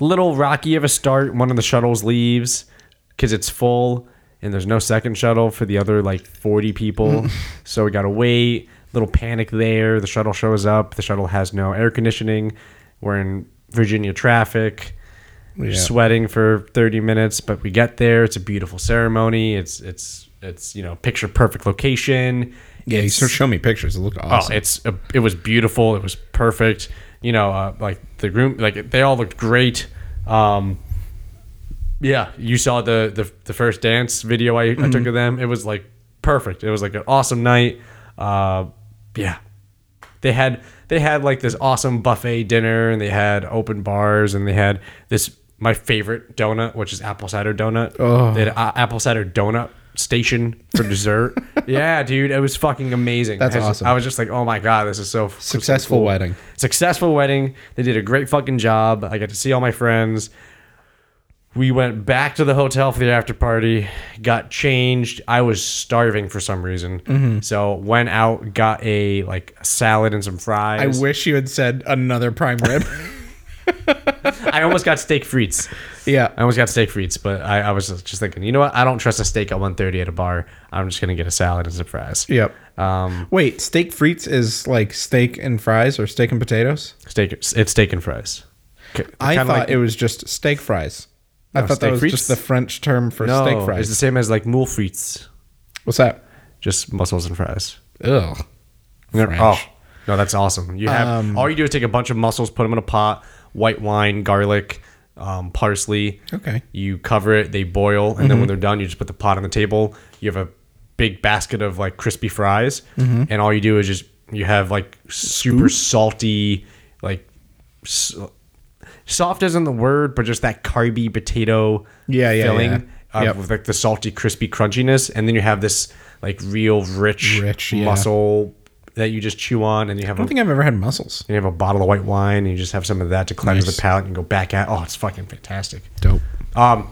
a little rocky of a start. One of the shuttles leaves because it's full, and there's no second shuttle for the other like 40 people. so we gotta wait. Little panic there. The shuttle shows up. The shuttle has no air conditioning. We're in Virginia traffic. We're
Yeah.
sweating for 30 minutes, but we get there. It's a beautiful ceremony. It's it's it's you know picture perfect location.
Yeah, you sort of show me pictures. It looked
Oh,
awesome.
it's a, it was beautiful. It was perfect. You know, uh, like the groom, like they all looked great. Um, yeah, you saw the the, the first dance video I, I
Mm-hmm.
took of them. It was like perfect. It was like an awesome night. Uh, yeah, they had they had like this awesome buffet dinner, and they had open bars, and they had this my favorite donut, which is apple cider donut.
Oh.
They had a, apple cider donut station for dessert. yeah, dude, it was fucking amazing.
That's
I was-
awesome.
I was just like, oh my god, this is so
Successful wedding.
successful wedding. They did a great fucking job. I got to see all my friends. We went back to the hotel for the after party, got changed. I was starving for some reason.
Mm-hmm.
So went out, got a like salad and some
I
fries. I
wish you had said another prime rib.
almost got steak frites. I
yeah.
almost got steak frites, but I, I was just thinking, you know what? I don't trust a steak at 130 at a bar. I'm just gonna get a salad and some fries.
Yep.
Um,
Wait, steak frites is like steak and fries or steak and potatoes?
steak. It's steak and fries. K-
I
kinda
thought
like-
it was just steak fries. I
No,
thought that
steak
was
frites?
just the French term for
no,
steak
It's the
fries.
same as like mule frites,
What's that?
just mussels and fries.
Ugh.
No,
French.
Oh, no, that's awesome. You have
Um,
all you do is take a bunch of mussels, put them in a pot, white wine, garlic, um, parsley.
Okay. Mm-hmm.
You cover it. They boil, and then when they're done, you just put the pot on the table. You have a big basket of like crispy fries,
Mm-hmm.
and all you do is just you have like super salty, like s- soft isn't the word, but just that carby potato
Yeah, yeah,
filling
yeah.
of
Yep.
with like the salty, crispy crunchiness, and then you have this like real rich,
Rich, yeah.
muscle that you just chew on, and you have a,
I don't think I've ever had mussels.
you have a bottle of white wine, and you just have some of that to cleanse
Nice.
the palate, and go back at. Oh, it's fucking fantastic.
Dope.
Um,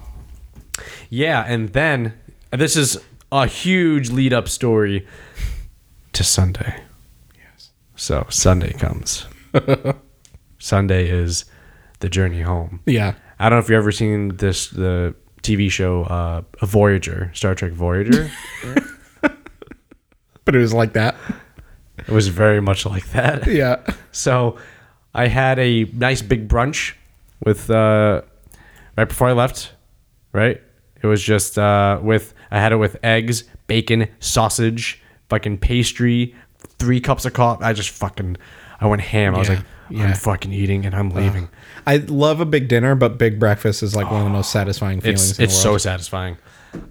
yeah, and then this is a huge lead up story to Sunday. Yes. So Sunday comes. Sunday is the journey home.
Yeah.
I don't know if you've ever seen this the TV show uh, Voyager, Star Trek Voyager.
But it was like that.
it was very much like that.
Yeah.
So I had a nice big brunch with uh, right before I left. Right, it was just uh, with I had it with eggs, bacon, sausage, fucking pastry, three cups of coffee. I just fucking, I went ham. I was
Yeah,
like,
yeah.
I'm fucking eating and I'm leaving.
I love a big dinner, but big breakfast is like one of the most satisfying feelings.
it's
in
it's
the
so
world.
satisfying.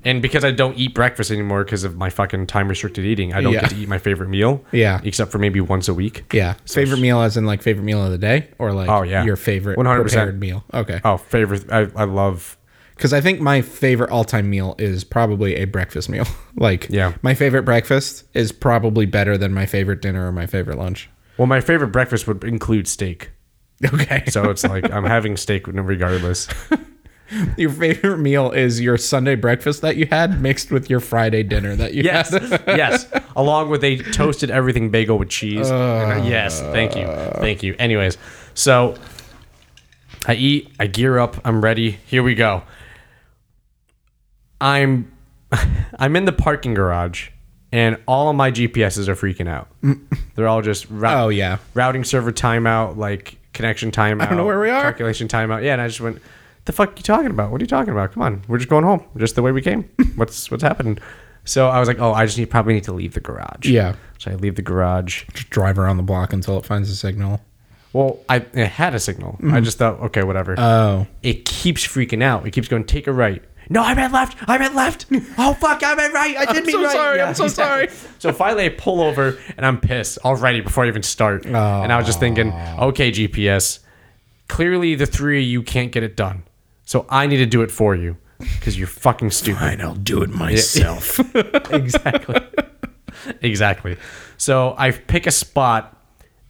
And because I don't eat breakfast anymore because of my fucking time restricted eating, I don't
Yeah.
get to eat my favorite meal.
Yeah.
Except for maybe once a week.
yeah. favorite meal as in like favorite meal of the day or like
Oh, yeah.
your favorite
100%.
prepared meal. Okay.
Oh, favorite. I, I love.
Because I think my favorite all time meal is probably a breakfast meal. like
Yeah.
my favorite breakfast is probably better than my favorite dinner or my favorite lunch.
Well, my favorite breakfast would include steak.
Okay.
So it's like I'm having steak regardless.
Your favorite meal is your Sunday breakfast that you had mixed with your Friday dinner that you
Yes,
had.
yes. Along with a toasted everything bagel with cheese. And I- yes, thank you, thank you. Anyways, so I eat, I gear up, I'm ready. Here we go. I'm, I'm in the parking garage, and all of my GPSs are freaking out. They're all just rou-
Oh yeah.
routing server timeout, like connection timeout. I
know where we are.
Calculation timeout. Yeah, and I just went, the fuck you talking about? What are you talking about? Come on, we're just going home, just the way we came. what's what's happening? So I was like, oh, I just need probably need to leave the garage.
Yeah.
So I leave the garage.
Just drive around the block until it finds a signal.
Well, I it had a signal. I just thought, okay, whatever.
Mm-hmm. Oh.
it keeps freaking out. It keeps going, take a right. No, I meant left. I meant left. Oh fuck, I meant right. I did mean
so
right.
sorry, I'm so sorry.
So finally, I pull over and I'm pissed already before I even start. And I was just thinking, okay, GPS, clearly the three of you can't get it done, so I need to do it for you because you're fucking stupid.
I'll do it myself.
exactly. exactly. So I pick a spot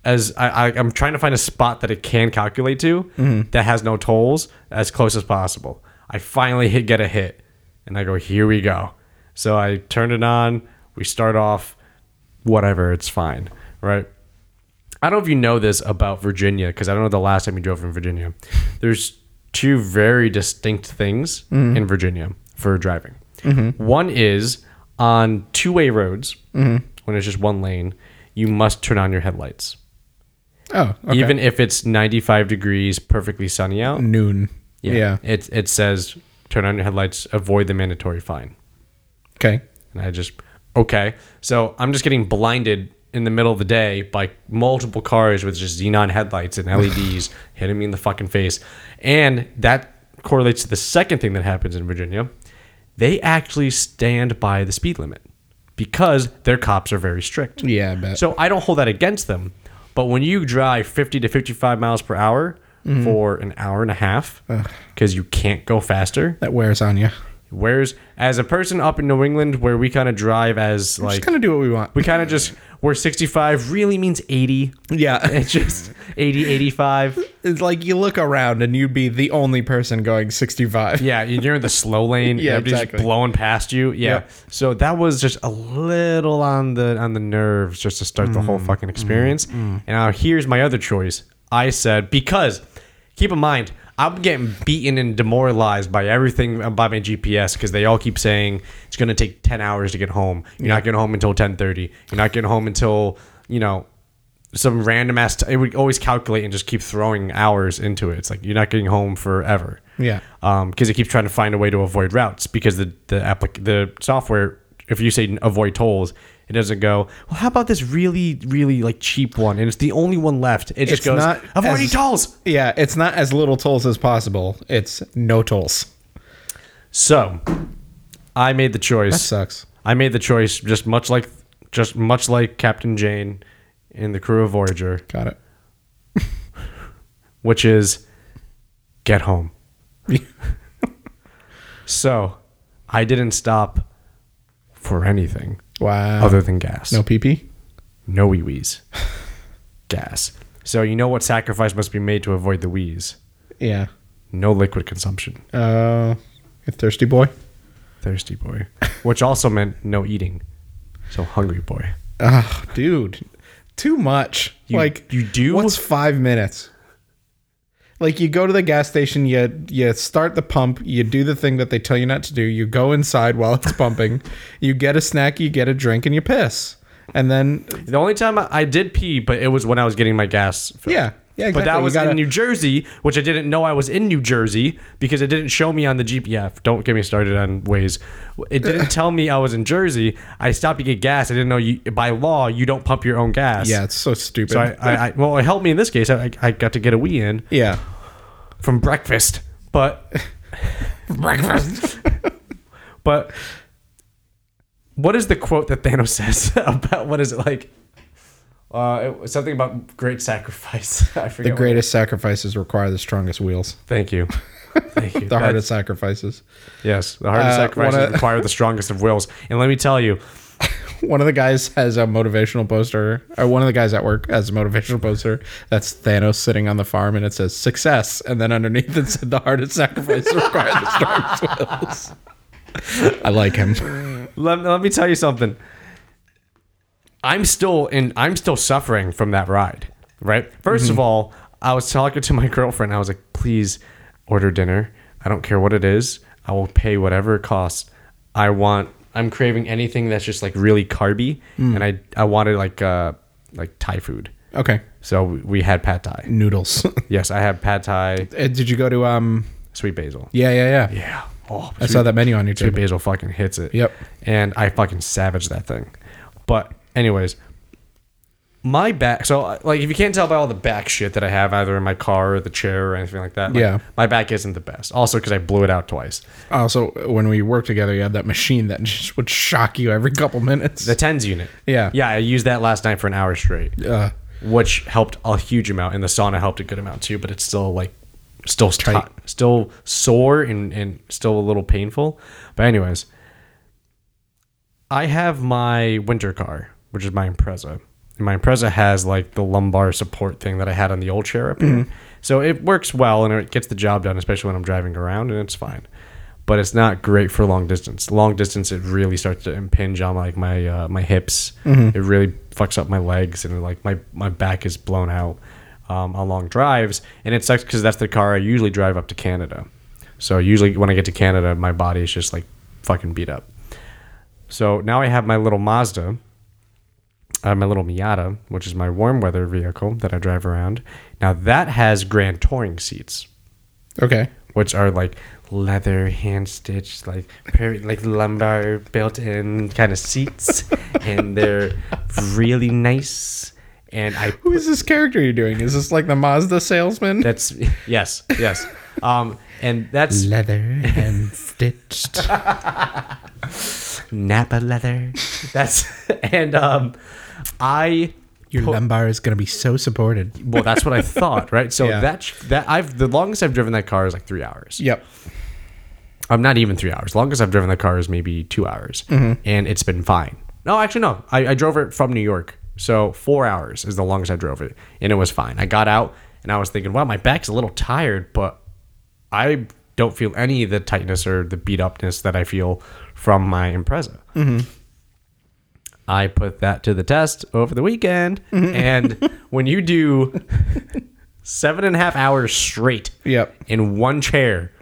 as I, I, I'm trying to find a spot that it can calculate to that has no tolls as close as possible. I finally hit get a hit and I go, here we go. So I turn it on. We start off, whatever, it's fine. Right. I don't know if you know this about Virginia because I don't know the last time you drove in Virginia. There's two very distinct things
Mm-hmm.
in Virginia for driving. One is on two way roads,
Mm-hmm.
when it's just one lane, you must turn on your headlights.
oh, okay.
Even if it's 95 degrees, perfectly sunny out,
noon. Yeah.
It, it says turn on your headlights, avoid the mandatory fine.
Okay.
And I just, okay. So I'm just getting blinded in the middle of the day by multiple cars with just xenon headlights and LEDs hitting me in the fucking face. And that correlates to the second thing that happens in Virginia. They actually stand by the speed limit because their cops are very strict.
Yeah, I bet.
So I don't hold that against them. But when you drive 50 to 55 miles per hour for an hour and a half because you can't go faster,
that wears on you.
Whereas, as a person up in New England, where we kind of drive as like
Just kind of do what we want.
we kind of just where 65 really means 80.
yeah.
It's just 80, 85.
It's like you look around and you'd be the only person going 65.
Yeah, you're in the slow lane.
Yeah,
everybody's
exactly.
blowing past you. Yeah.
Yep.
So that was just a little on the on the nerves just to start the whole
Mm.
fucking experience. And now here's my other choice. I said because keep in mind I'm getting beaten and demoralized by everything by my GPS because they all keep saying it's going to take 10 hours to get home. You're not getting home until 10:30. You're not getting home until, you know, some random ass t- it would always calculate and just keep throwing hours into it. It's like you're not getting home forever
Yeah.
because Um, it keeps trying to find a way to avoid routes because the the applic- the software if you say avoid tolls it doesn't go well how about this really really like cheap one and it's the only one left it just
It's
goes
not
avoid any
as-
tolls
Yeah, it's not as little tolls as possible. It's no tolls.
so i made the choice
Sucks.
i made the choice just much like just much like captain jane and the crew of voyager
Got it.
which is get home so i didn't stop for anything
Wow.
other than gas
Uh, no PP?
no wee wees. Gas. So you know what sacrifice must be made to avoid the wheeze?
Yeah.
No liquid consumption.
Uh, you thirsty boy?
Thirsty boy. Which also meant no eating. So hungry boy.
Ugh, Ah, dude. Too much.
You-
like
you do?
What's five minutes? Like you go to the gas station, you you start the pump, you do the thing that they tell you not to do, you go inside while it's pumping, you get a snack, you get a drink, and you piss. And then
The only time I, I did pee, but it was when I was getting my gas. Filled.
yeah, Yeah, exactly.
But that
You
was
gotta-
in New Jersey, which I didn't know I was in New Jersey because it didn't show me on the GPF. Don't get me started on ways. It didn't tell me I was in Jersey. I stopped to get gas. I didn't know you by law you don't pump your own gas.
Yeah, it's so stupid.
So I, I, I well, it helped me in this case. I, I- I got to get a wee in
yeah.
from breakfast, but breakfast. but what is the quote that Thanos says about what is it like? Uh, it was something about great sacrifice. I forget.
The
what-
greatest sacrifices require the strongest wheels.
Thank you. Thank you.
The
That-
hardest sacrifices.
Yes, the hardest
Uh,
sacrifices
wanna-
require the strongest of wills. And let me tell you,
One of the guys has a motivational poster, or one of the guys at work has a motivational poster that's Thanos sitting on the farm, and it says "success," and then underneath it said "the hardest sacrifices require the strongest wheels." I like him.
let, let me tell you something. I'm still in. I'm still suffering from that ride. Right. 1st of all, I was talking to my girlfriend. I was like, "Please order dinner. I don't care what it is. I will pay whatever it costs. I want. I'm craving anything that's just like really carby, and I I wanted like uh like Thai food.
Okay,
So we- we had pad Thai.
noodles. Uh,
Yes, I had pad Thai,
Did you go to um?
sweet basil.
Yeah, yeah, yeah.
Yeah. Oh,
I saw that menu on your
Sweet
table.
basil fucking hits it.
Yep.
And I fucking savage that thing. But anyways, my back. So uh, like, if you can't tell by all the back shit that I have, either in my car or the chair or anything like that, like,
Yeah.
my back isn't the best. Also, because I blew it out twice.
Also, when we worked together, you had that machine that just would shock you every couple minutes.
The tens unit.
Yeah.
Yeah, I used that last night for an hour straight,
Uh,
which helped a huge amount, and the sauna helped a good amount too. But it's still like, still tight, still sore, and and still a little painful. But anyways. I have my winter car, which is my Impreza. And my Impreza has like the lumbar support thing that I had on the old chair up here. So it works well and it gets the job done, especially when I'm driving around and it's fine. But it's not great for long distance. Long distance, it really starts to impinge on like my uh, my hips. It really fucks up my legs and like my my back is blown out um, on long drives. And it sucks because that's the car I usually drive up to Canada. So usually when I get to Canada, my body is just like fucking beat up. So now I have my little Mazda, uh, my little Miata, which is my warm weather vehicle that I drive around. Now that has grand touring seats,
okay.
which are like leather, hand stitched, like per- like lumbar built in kind of seats, and they're really nice. And I
Who is this character you're doing? Is this like the Mazda salesman?
that's yes yes, um, and that's
Leather and stitched.
Napa leather. That's and um, I
Your lumbar is going to be so supported.
well that's what i thought right so
Yeah.
that that i've the longest i've driven that car is like three hours
Yep.
i'm not even three hours longest i've driven that car is maybe two hours and it's been fine no actually no I, I drove it from new york so four hours is the longest i drove it and it was fine i got out and i was thinking wow my back's a little tired but i don't feel any of the tightness or the beat upness that i feel from my impreza I put that to the test over the weekend.
Mm-hmm.
And when you do seven and a half hours straight
Yep.
in one chair,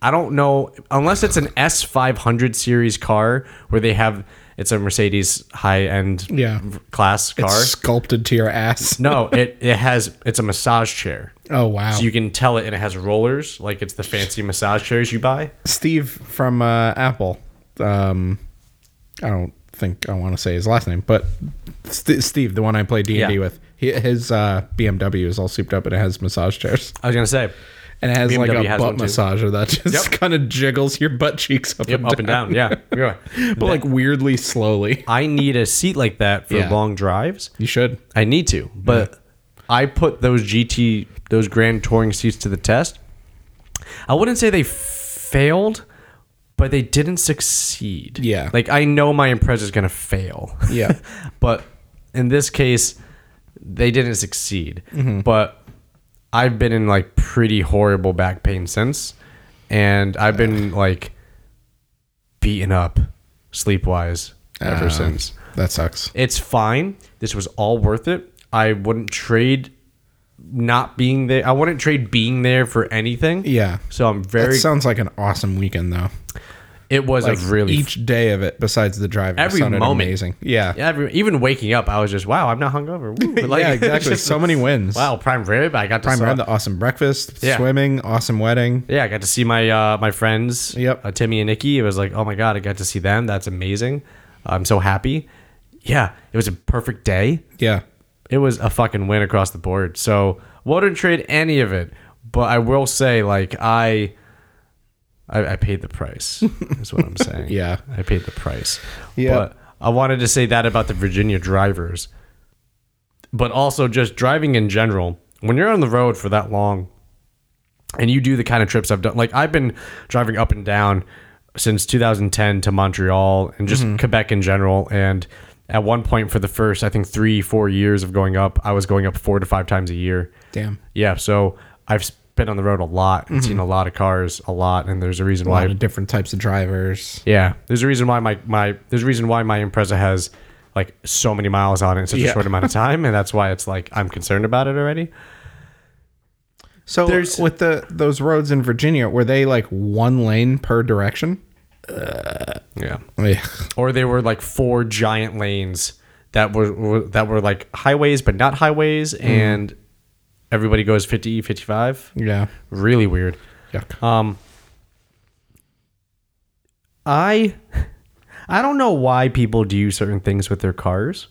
I don't know, unless it's an S500 series car where they have, it's a Mercedes high end
Yeah.
class car.
Sculpted to your ass.
no, it, it has, it's a massage chair.
Oh, wow.
So you can tell it, and it has rollers, like it's the fancy massage chairs you buy.
Steve from uh, Apple. Um, I don't think I want to say his last name, but St- Steve, the one I play D&D
Yeah.
with, he, his uh, BMW is all souped up and it has massage chairs.
I was gonna say,
And it has like
BMW
a
has
butt
one too.
massager that just kind of jiggles your butt cheeks up,
yep,
and,
up and down, yeah, yeah.
down, but like weirdly slowly.
I need a seat like that for
Yeah.
long drives.
You should.
I need to, but I put those GT, those Grand Touring seats to the test. I wouldn't say they failed, but they didn't succeed.
Yeah.
like I know my Impreza is gonna fail.
Yeah.
but in this case, they didn't succeed.
Mm-hmm.
But I've been in like pretty horrible back pain since, and I've been like beaten up sleep wise ever
Uh,
since.
That sucks.
It's fine. This was all worth it. I wouldn't trade not being there. I wouldn't trade being there for anything.
Yeah.
So I'm
That
very.
sounds like an awesome weekend, though.
It was
Like
a really
each day of it, besides the driving,
Every
sounded
moment.
amazing. Yeah,
yeah, every, even waking up, I was just wow, I'm not hungover. Woo. But, like,
yeah, exactly.
just-
so many wins.
wow, prime rib. I got to
I'm
saw-
around the awesome breakfast,
Yeah.
swimming, awesome wedding.
Yeah, I got to see my uh, my friends.
Yep.
uh, Timmy and Nikki. It was like, oh my god, I got to see them. That's amazing. I'm so happy. Yeah, it was a perfect day.
Yeah,
It was a fucking win across the board. So wouldn't trade any of it. But I will say, like I, I, I paid the price. Is what I'm saying.
Yeah.
I paid the price.
Yeah.
But I wanted to say that about the Virginia drivers, but also just driving in general. When you're on the road for that long, and you do the kind of trips I've done. Like I've been driving up and down since 2010 to Montreal and just
Mm-hmm.
Quebec in general. And at one point, for the first I think three four years of going up, I was going up four to five times a year.
damn. Mm-hmm.
Yeah, so I've been on the road a lot and seen a lot of cars a lot, and there's a reason
A
why
lot of different types of drivers.
yeah, there's a reason why my my there's a reason why my Impreza has like so many miles on it in such a
Yeah.
short amount of time, and that's why it's like I'm concerned about it already.
So
There's-
with the those roads in Virginia, were they like one lane per direction?
Yeah,
Yeah.
or they were like four giant lanes that were, were that were like highways but not highways, and everybody goes 50, 55.
Yeah.
Really weird.
Yuck.
Um, I I don't know why people do certain things with their cars,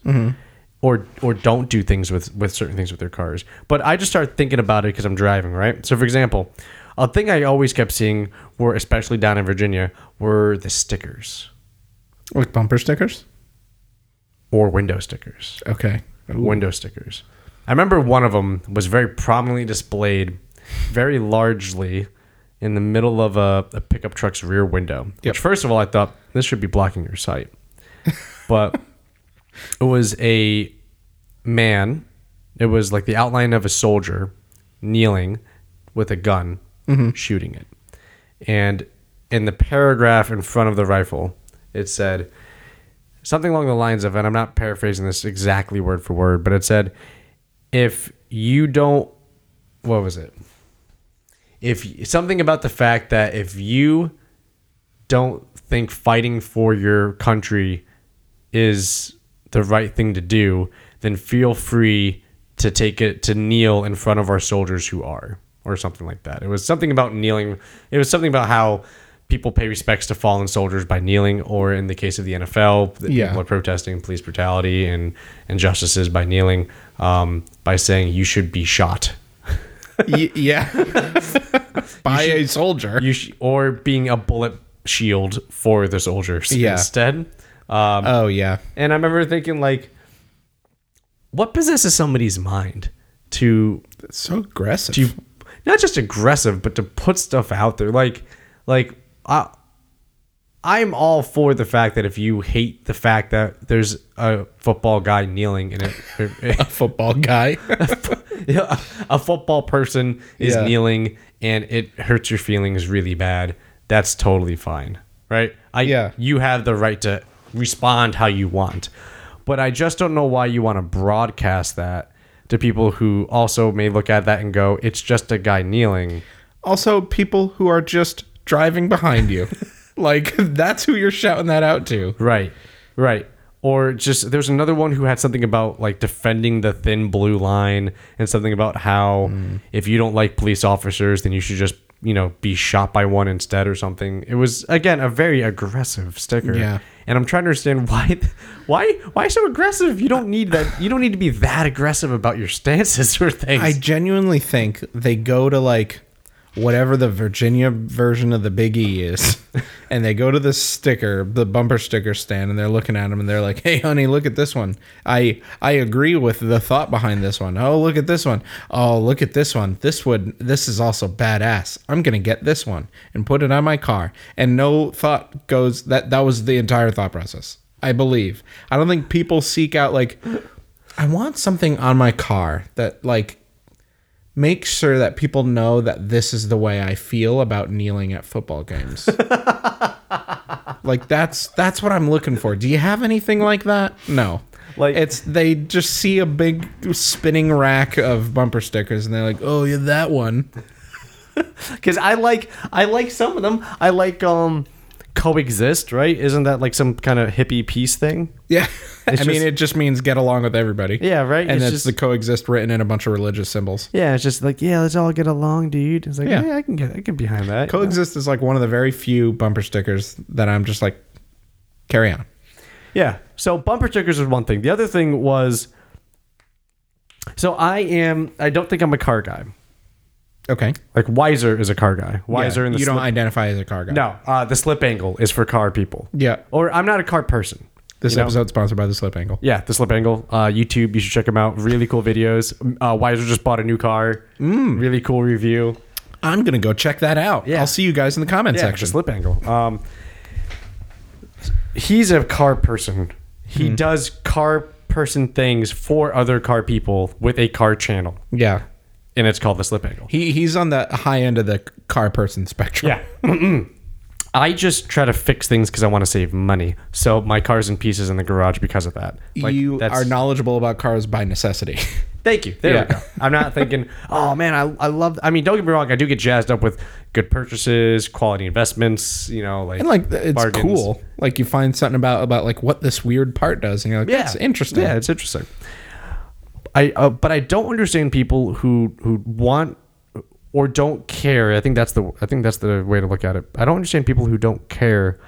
or or don't do things with with certain things with their cars. But I just start thinking about it because I'm driving, right? So, for example, a thing I always kept seeing were, especially down in Virginia, were the stickers
Like bumper stickers?
or window stickers.
Okay.
window stickers. I remember one of them was very prominently displayed, very largely, in the middle of a, a pickup truck's rear window.
Yep.
Which, first of all, I thought this should be blocking your sight, but it was a man. It was like the outline of a soldier kneeling with a gun, shooting it. And in the paragraph in front of the rifle, it said, something along the lines of, and I'm not paraphrasing this exactly word for word, but it said, if you don't, what was it? If something about the fact that if you don't think fighting for your country is the right thing to do, then feel free to take it to kneel in front of our soldiers who are, or something like that. It was something about kneeling. It was something about how people pay respects to fallen soldiers by kneeling, or in the case of the NFL, that
Yeah.
people are protesting police brutality and injustices by kneeling, um, by saying you should be shot.
Y- yeah. By a soldier.
You sh- or being a bullet shield for the soldiers
Yeah.
instead. Um,
oh yeah.
And I remember thinking, like, what possesses somebody's mind to
That's so aggressive.
to not just aggressive, but to put stuff out there? Like, like I, I'm all for the fact that if you hate the fact that there's a football guy kneeling in it,
football guy.
yeah, a football person is
Yeah.
kneeling and it hurts your feelings really bad. That's totally fine, right? I
Yeah.
you have the right to respond how you want. But I just don't know why you want to broadcast that to people who also may look at that and go, "It's just a guy kneeling."
also people who are just driving behind you. like that's who you're shouting that out to.
Right. Right. Or just there's another one who had something about like defending the thin blue line and something about how
Mm.
if you don't like police officers then you should just, you know, be shot by one instead or something. It was again a very aggressive sticker.
Yeah.
And I'm trying to understand why why why so aggressive? You don't need that you don't need to be that aggressive about your stances or things.
I genuinely think they go to like whatever the Virginia version of the Big E is, and they go to the sticker, the bumper sticker stand, and they're looking at them and they're like, "Hey, honey, look at this one. I I agree with the thought behind this one. Oh, look at this one. Oh, look at this one. This would this is also badass. I'm gonna get this one and put it on my car." And no thought goes that that was the entire thought process. I believe. I don't think people seek out like. I want something on my car that like make sure that people know that this is the way I feel about kneeling at football games. like that's that's what I'm looking for. Do you have anything like that? No.
Like-
Like it's they just see a big spinning rack of bumper stickers and they're like, "Oh, yeah, that one."
because I like I like some of them. I like um coexist, right? Isn't that like some kind of hippie peace thing?
Yeah. I
It's
mean,
just-
it just means get along with everybody.
Yeah, right?
And
It's
it's
just-
the coexist written in a bunch of religious symbols.
Yeah, it's just like yeah, let's all get along, dude. It's like yeah,
Yeah.
I can get I can behind that.
Coexist is like one of the very few bumper stickers that I'm just like, carry on.
Yeah. So bumper stickers was one thing. The other thing was so I am I don't think I'm a car guy.
Okay.
Like Wiser is a car guy. Wiser
Yeah,
and the
you
slip,
don't identify as a car guy.
No, uh, the slip angle is for car people.
Yeah.
Or I'm not a car person.
This
You know?
episode's sponsored by the Slip Angle.
Yeah, the slip angle. Uh, YouTube, you should check them out. Really cool videos. Uh, Wiser just bought a new car. Mm. Really cool review.
I'm gonna go check that out. I'll see you guys in the comment
Yeah,
section.
the slip angle. Um, he's a car person. He
Hmm.
does car person things for other car people with a car channel,
yeah.
and it's called the slip angle.
He he's on the high end of the car person spectrum.
Yeah. I just try to fix things because I want to save money. So my car's in pieces in the garage because of that. Like,
you
that's-
are knowledgeable about cars by necessity.
Thank you. There
Yeah.
we go. I'm not thinking, oh man, I, I love. I mean, don't get me wrong. I do get jazzed up with good purchases, quality investments. You know, like
and like it's
bargains.
cool. Like you find something about about like what this weird part does, and you're like, that's interesting.
Yeah, it's interesting. I uh, but I don't understand people who who want or don't care. I think that's the I think that's the way to look at it. I don't understand people who don't care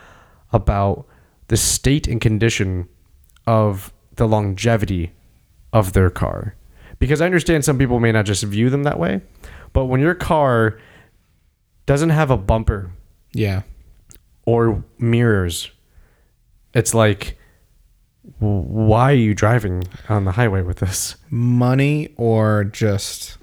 about the state and condition of the longevity of their car. Because I understand some people may not just view them that way, but when your car doesn't have a bumper
Yeah.
or mirrors. It's like, w- why are you driving on the highway with this?
Money or just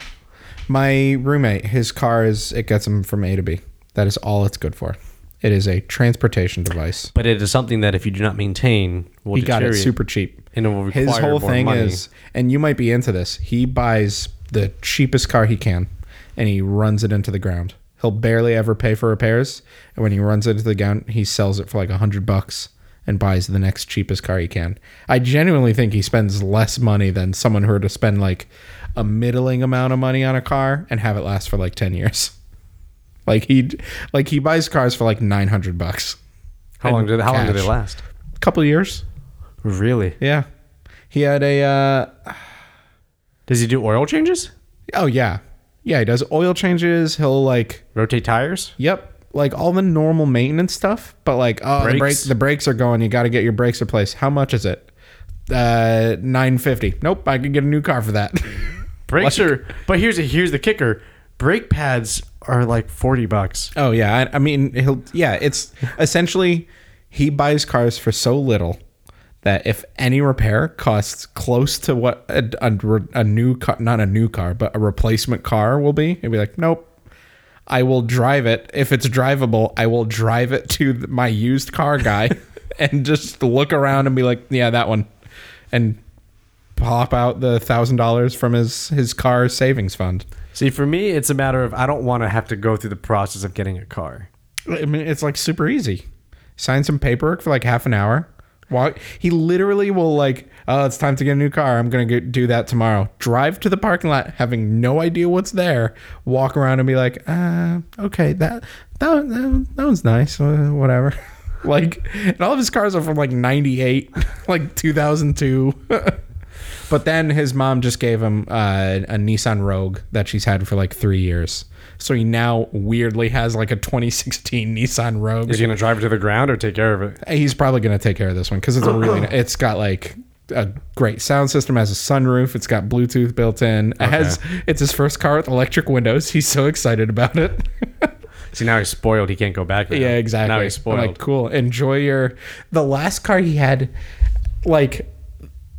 my roommate, his car is it gets him from A to B. That is all it's good for. It is a transportation device.
But it is something that if you do not maintain, will
He got it
deteriorate
super cheap.
and it will require
his whole
more
thing
money.
is and you might be into this he buys the cheapest car he can and he runs it into the ground he'll barely ever pay for repairs and when he runs it into the ground he sells it for like a hundred bucks and buys the next cheapest car he can i genuinely think he spends less money than someone who were to spend like a middling amount of money on a car and have it last for like 10 years like he like he buys cars for like 900 bucks
how long did how long did
cash.
it last?
a couple years
Really?
yeah he had a uh
Does he do oil changes?
Oh yeah. Yeah, he does oil changes, he'll like
Rotate tires?
yep, like all the normal maintenance stuff, but like oh the brake
Brakes?
the brakes are going, you gotta get your brakes replaced. How much is it? Uh nine fifty. Nope, I could get a new car for that.
Brakes are. But here's here's the kicker: brake pads are like forty bucks.
oh yeah, I, I mean he'll yeah, it's essentially he buys cars for so little that if any repair costs close to what a, a, re- a new car, not a new car, but a replacement car will be, he'll be like, nope, I will drive it. If it's drivable, I will drive it to th- my used car guy and just look around and be like, yeah, that one. And pop out the thousand dollars from his his car savings fund.
See, for me, it's a matter of I don't want to have to go through the process of getting a car.
I mean, it's like super easy. Sign some paperwork for like half an hour. Walk. He literally will like, oh, it's time to get a new car. I'm gonna go do that tomorrow. Drive to the parking lot, having no idea what's there. Walk around and be like, uh, okay, that that that, that one's nice. Uh, whatever. like, and all of his cars are from like '98, like 2002. But then his mom just gave him uh, a Nissan Rogue that she's had for like three years. So he now weirdly has like a 2016 Nissan Rogue.
Is he gonna drive it to the ground or take care of it?
He's probably gonna take care of this one because it's a really it's got like a great sound system, has a sunroof, it's got Bluetooth built in. It has it's his first car with electric windows. He's so excited about it.
See, now he's spoiled. He can't go back. now.
yeah, exactly.
Now he's
I'm
spoiled.
Like cool. Enjoy your the last car he had, like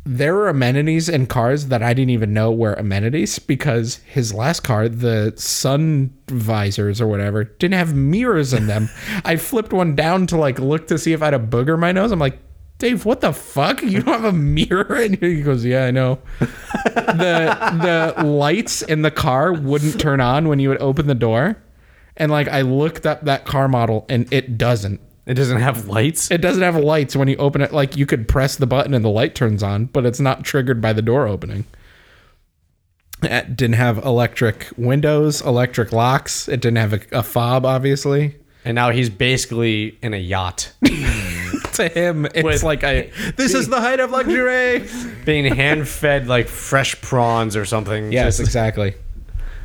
there were amenities in cars that I didn't even know were amenities because his last car, the sun visors or whatever, didn't have mirrors in them. I flipped one down to like look to see if I had a booger in my nose. I'm like, Dave, what the fuck? You don't have a mirror? And he goes, Yeah, I know. the the lights in the car wouldn't turn on when you would open the door. And like I looked up that car model and it doesn't.
It doesn't have lights.
It doesn't have lights when you open it. Like you could press the button and the light turns on, but it's not triggered by the door opening. It didn't have electric windows, electric locks. It didn't have a, a fob, obviously.
and now he's basically in a yacht,
to him, it's
With-
like I. This is the height of luxury.
being hand-fed like fresh prawns or something.
yes,
just
exactly.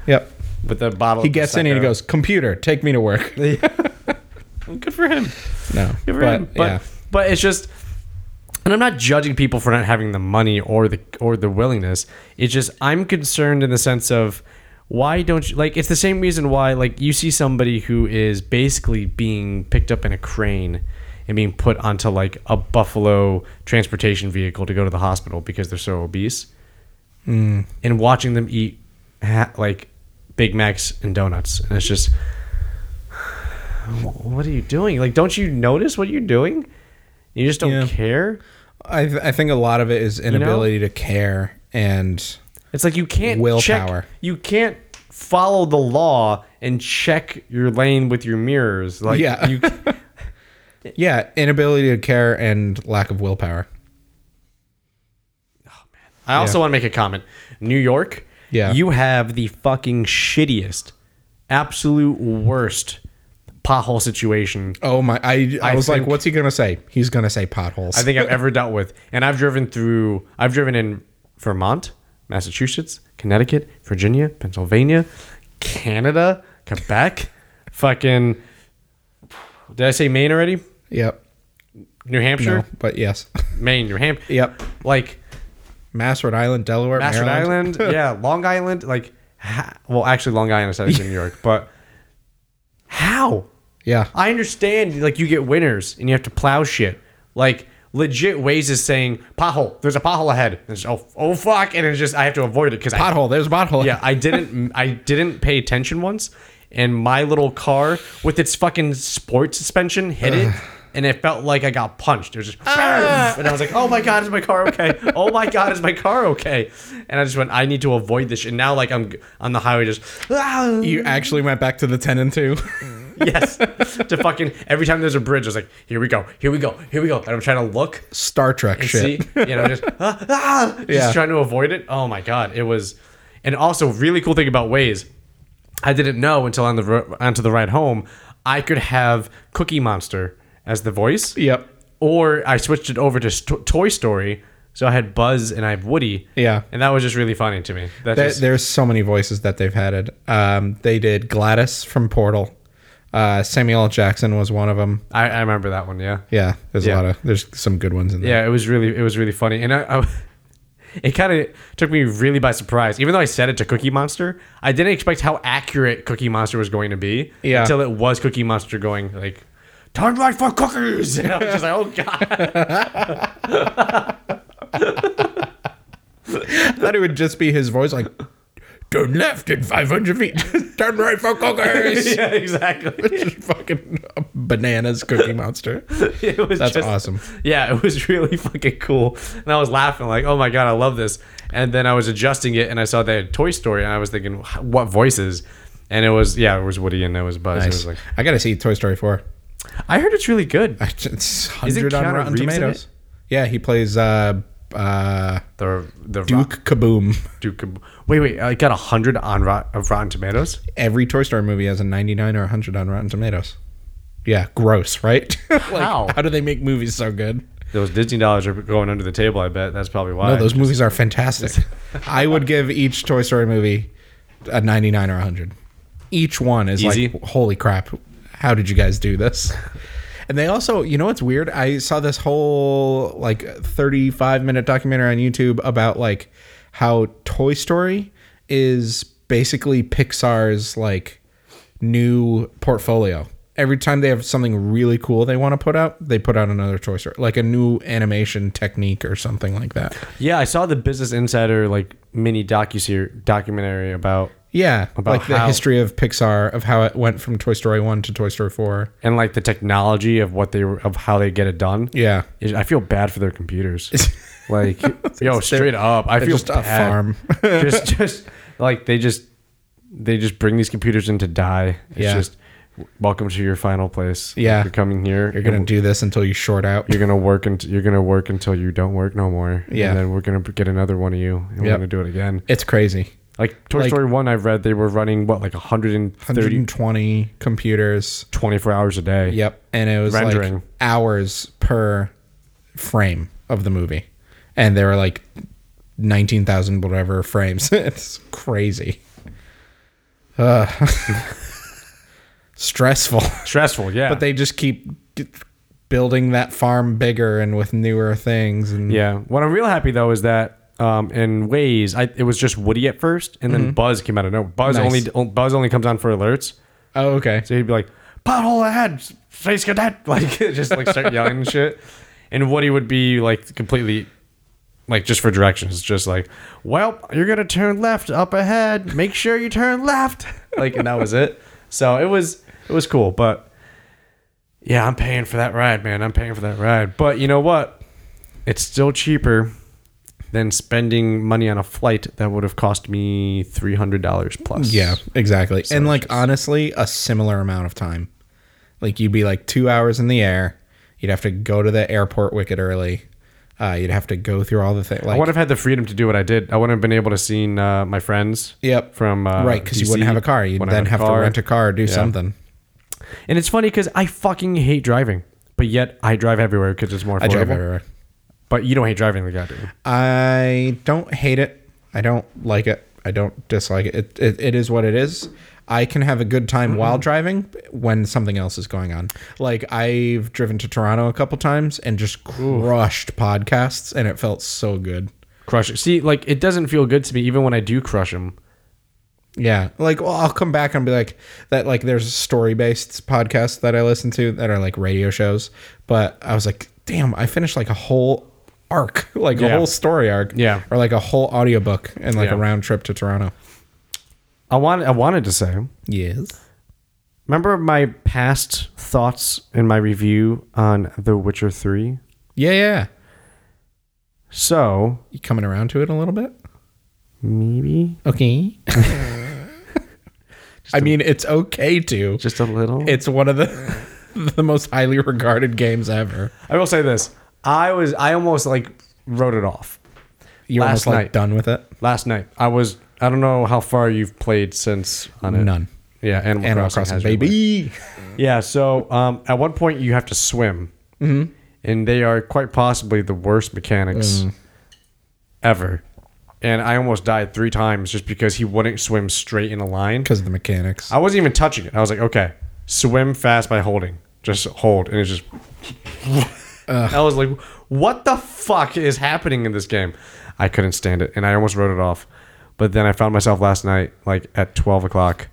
Yep.
with a bottle.
He
of
gets in and he
Prosecco.
goes, "Computer, take me to work." No,
Good for him. Good for
but,
him. But
yeah,
but it's just, and I'm not judging people for not having the money or the or the willingness. It's just I'm concerned in the sense of why don't you like? It's the same reason why like you see somebody who is basically being picked up in a crane and being put onto like a buffalo transportation vehicle to go to the hospital because they're so obese,
Hmm.
and watching them eat ha- like Big Macs and donuts, and it's just what are you doing? Like, don't you notice what you're doing? You just don't
Yeah.
care.
I, th- I think a lot of it is inability to care and
It's like you can't
Willpower.
Check, you can't follow the law and check your lane with your mirrors. Like,
Yeah.
you,
yeah, inability to care and lack of willpower.
I also want to make a comment. New York,
Yeah.
you have the fucking shittiest, absolute worst pothole situation
Oh my! I I,
I
was like,
think-
what's he gonna say? He's gonna say potholes.
I think I've ever dealt with. And I've driven through, I've driven in Vermont, Massachusetts, Connecticut, Virginia, Pennsylvania, Canada, Quebec, fucking. Did I say Maine already?
Yep.
New Hampshire?
No, but yes.
Maine, New Hampshire.
Yep.
Like
Mass Rhode Island, Delaware,
Mass Rhode
Maryland.
Island. yeah, Long Island. Like, ha- well, actually, Long Island is in New York, but how?
Yeah.
I understand, like, you get winners and you have to plow shit. Like, legit Waze is saying, pothole, there's a pothole ahead. And it's, oh, oh, fuck. And it's just, I have to avoid it because I,
Pothole. There's a pothole.
yeah, I didn't, I didn't pay attention once. And my little car with its fucking sport suspension hit it. And it felt like I got punched. It was just, and I was like, "Oh my god, is my car okay? Oh my god, is my car okay?" And I just went, "I need to avoid this." shit." And now, like, I'm g- on the highway, just "Ah."
You actually went back to the ten and two.
yes. to fucking every time there's a bridge, I was like, here we go, here we go, here we go. And I'm trying to look,
Star Trek shit.
see, you know, just ah, ah, just
Yeah.
trying to avoid it. Oh my god, it was. And also, really cool thing about Waze, I didn't know until on the ro- onto the ride home, I could have Cookie Monster as the voice.
Yep.
Or I switched it over to st- Toy Story, so I had Buzz and I have Woody.
Yeah.
And that was just really funny to me. That
There,
just-
there's so many voices that they've added. Um, they did Gladys from Portal. Uh, Samuel L. Jackson was one of them.
I, I remember that one. Yeah.
Yeah, there's
Yeah.
a lot of there's some good ones in there.
Yeah, it was really it was really funny, and I, I it kind of took me really by surprise. Even though I said it to Cookie Monster, I didn't expect how accurate Cookie Monster was going to be.
Yeah.
until it was Cookie Monster going like. Turn right for cookies. And I was just like, oh god.
I thought it would just be his voice like turn left at 500 feet, turn right for cookies.
yeah, exactly.
Just fucking bananas, Cookie Monster.
It was
That's
just-
awesome.
Yeah, it was really fucking cool, and I was laughing like, oh my god, I love this. And then I was adjusting it, and I saw they had Toy Story, and I was thinking, what voices? And it was yeah, it was Woody and it was Buzz. It was like,
I gotta see Toy Story 4.
I heard it's really good.
It's 100
Keanu
on Rotten
Reeves in
Tomatoes. Yeah, he plays uh, uh,
The the Rock,
Duke Kaboom.
Duke. of- Wait, wait. I got hundred on rot, of Rotten Tomatoes.
Every Toy Story movie has a 99 or 100 on Rotten Tomatoes. Yeah, gross, right? like,
How?
How do they make movies so good?
Those Disney dollars are going under the table. I bet that's probably why.
No, those movies are fantastic. I would give each Toy Story movie a 99 or 100. Each one is
Easy.
like, holy crap, how did you guys do this? And they also, you know what's weird? I saw this whole like 35 minute documentary on YouTube about like how Toy Story is basically Pixar's like new portfolio. Every time they have something really cool they want to put out, they put out another Toy Story, like a new animation technique or something like that.
yeah, I saw the Business Insider like mini docu documentary about
Yeah,
About
like the
how-
history of Pixar of how it went from Toy Story one to Toy Story four.
and like the technology of what they were of how they get it done.
Yeah,
Is- I feel bad for their computers. like yo, straight up, I feel
just a
bad.
farm.
just just like they just they just bring these computers in to die. It's
Yeah.
just welcome to your final place.
Yeah.
you're coming here.
you're gonna do this until you short out.
you're gonna work and you're gonna work until you don't work no more.
Yeah.
And then we're gonna get another one of you, and we're
Yep.
gonna do it again.
It's crazy.
Like Toy
Like-
Story One, I read they were running what like 130,
120 computers.
24 hours a day.
Yep. And it was like
Rendering.
hours per frame of the movie. And they were like 19,000 whatever frames. it's crazy. Ugh. Stressful.
Stressful, yeah.
But they just keep g- building that farm bigger and with newer things and
Yeah. What I'm real happy though is that um, in Waze, I, it was just Woody at first, and then Buzz came out of nowhere. Buzz
Mm-hmm. Nice.
only Buzz only comes on for alerts,
Oh, okay.
so he'd be like, "Pothole ahead, space cadet!" Like just like start yelling and shit. And Woody would be like completely, like just for directions, just like, "Well, you're gonna turn left up ahead. Make sure you turn left." Like, and that was it. So it was it was cool, but yeah, I'm paying for that ride, man. I'm paying for that ride. But you know what? It's still cheaper than spending money on a flight that would have cost me three hundred dollars plus.
Yeah, exactly. and like honestly, a similar amount of time. Like you'd be like two hours in the air. You'd have to go to the airport wicked early. Uh, you'd have to go through all the things.
I
Like,
would have had the freedom to do what I did. I wouldn't have been able to see uh, my friends.
yep,
From uh,
right because you wouldn't have a car. You'd then have, to rent a car, do something.
car. And it's funny because I fucking hate driving, but yet I drive everywhere because it's more. Affordable.
I drive everywhere.
But you don't hate driving like I do.
I don't hate it. I don't like it. I don't dislike it. It, it, it is what it is. I can have a good time while
Mm-hmm.
driving when something else is going on. Like I've driven to Toronto a couple times and just crushed podcasts and it felt so good.
Crush it. See, like it doesn't feel good to me even when I do crush them.
Yeah. Like well, I'll come back and be like that like there's story based podcasts that I listen to that are like radio shows, but I was like, damn, I finished like a whole arc, like a
Yeah.
whole story arc.
Yeah.
Or like a whole audiobook and like a
Yeah.
round trip to Toronto.
I want. I wanted to say.
Yes.
Remember my past thoughts in my review on The Witcher 3?
Yeah, yeah.
So,
You coming around to it a little bit?
maybe
Okay. I mean, it's okay to.
just a little.
It's one of the the most highly regarded games ever.
I will say this. I was I almost like wrote it off
You're
Last
almost like
night.
done with it.
last night. I was I don't know how far you've played since on it.
None.
Yeah, Animal,
Animal
Crossing,
Crossing,
has your
baby.
life. Yeah, so um, at one point you have to swim. Mm-hmm. And they are quite possibly the worst mechanics
Mm.
ever. And I almost died 3 times just because he wouldn't swim straight in a line.
Because of the mechanics.
I wasn't even touching it. I was like, okay, swim fast by holding. Just hold. And it's just. I was like, what the fuck is happening in this game? I couldn't stand it. And I almost wrote it off. But then I found myself last night, like at 12 o'clock,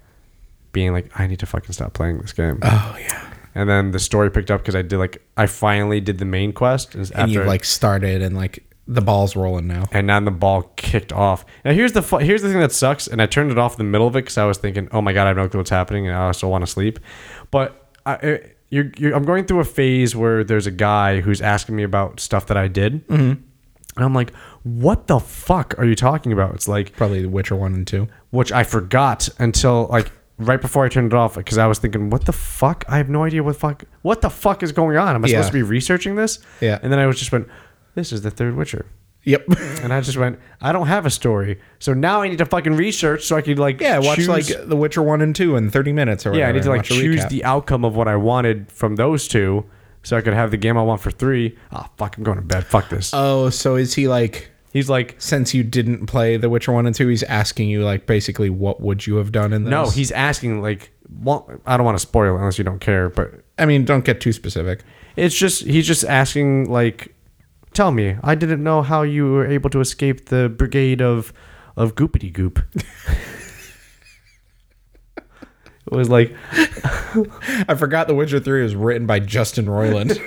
being like, I need to fucking stop playing this game.
Oh yeah.
and then the story picked up because I did, like, I finally did the main quest. is
And
after-
you've like started and like the ball's rolling now.
and then the ball kicked off. Now here's the fu- here's the thing that sucks, and I turned it off in the middle of it because I was thinking, oh my god, I have no clue what's happening, and I still want to sleep. But I, I you're, you're, I'm going through a phase where there's a guy who's asking me about stuff that I did, mm-hmm. and I'm like, what the fuck are you talking about? It's like
Probably The Witcher one and two.
which I forgot until like right before I turned it off because I was thinking, what the fuck? I have no idea what fuck what the fuck is going on. Am I
Yeah.
supposed to be researching this?
Yeah.
And then I was just went, this is the third Witcher.
Yep.
And I just went, I don't have a story. So now I need to fucking research so I could like
yeah. Watch
choose-
like The Witcher one and two in thirty minutes or whatever.
yeah, I need to
and
like
watch a
choose
recap.
the outcome of what I wanted from those two so I could have the game I want for three. Ah, fuck, I'm going to bed. Fuck this.
Oh, so is he like?
He's like,
Since you didn't play The Witcher one and two, he's asking you like basically what would you have done in this?
no, he's asking like, well, I don't want to spoil it unless you don't care, but
I mean, don't get too specific.
it's just he's just asking like, tell me, I didn't know how you were able to escape the brigade of of goopity goop. it was like
I forgot The Witcher three was written by Justin Roiland.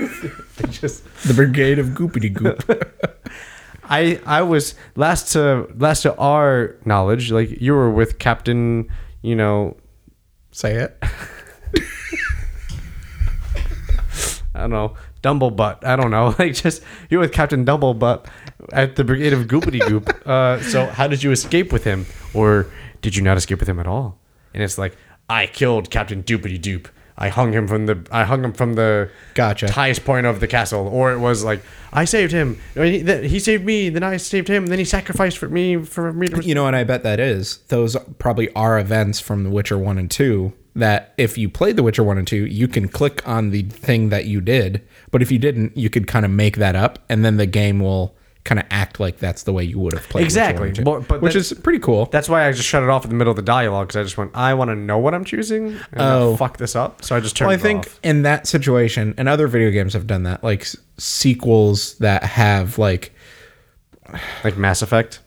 just
the Brigade of Goopity Goop.
I I was last to last to our knowledge, like you were with Captain, you know,
Say it.
I don't know, Dumblebutt. I don't know, like just you were with Captain Dumblebutt at the Brigade of Goopity Goop. Uh, so how did you escape with him, or did you not escape with him at all? And it's like I killed Captain Doopity Doop. I hung him from the I hung him from the
Gotcha.
highest point of the castle, or it was like I saved him, I mean, he, th- he saved me, then I saved him, then he sacrificed for me for me. To,
You know, and I bet that is. Those probably are events from The Witcher 1 and 2 that if you played The Witcher 1 and 2, you can click on the thing that you did. But if you didn't, you could kind of make that up and then the game will kind of act like that's the way you would have played Witcher 1 and
Exactly.
2,
Well, but
which
that's-
is pretty cool.
that's why I just shut it off in the middle of the dialogue because I just went, I want to know what I'm choosing. And
Oh.
oh, fuck this up! So I just turned.
Well, I
it
think
off.
in that situation, and other video games have done that, like s- sequels that have like
like Mass Effect.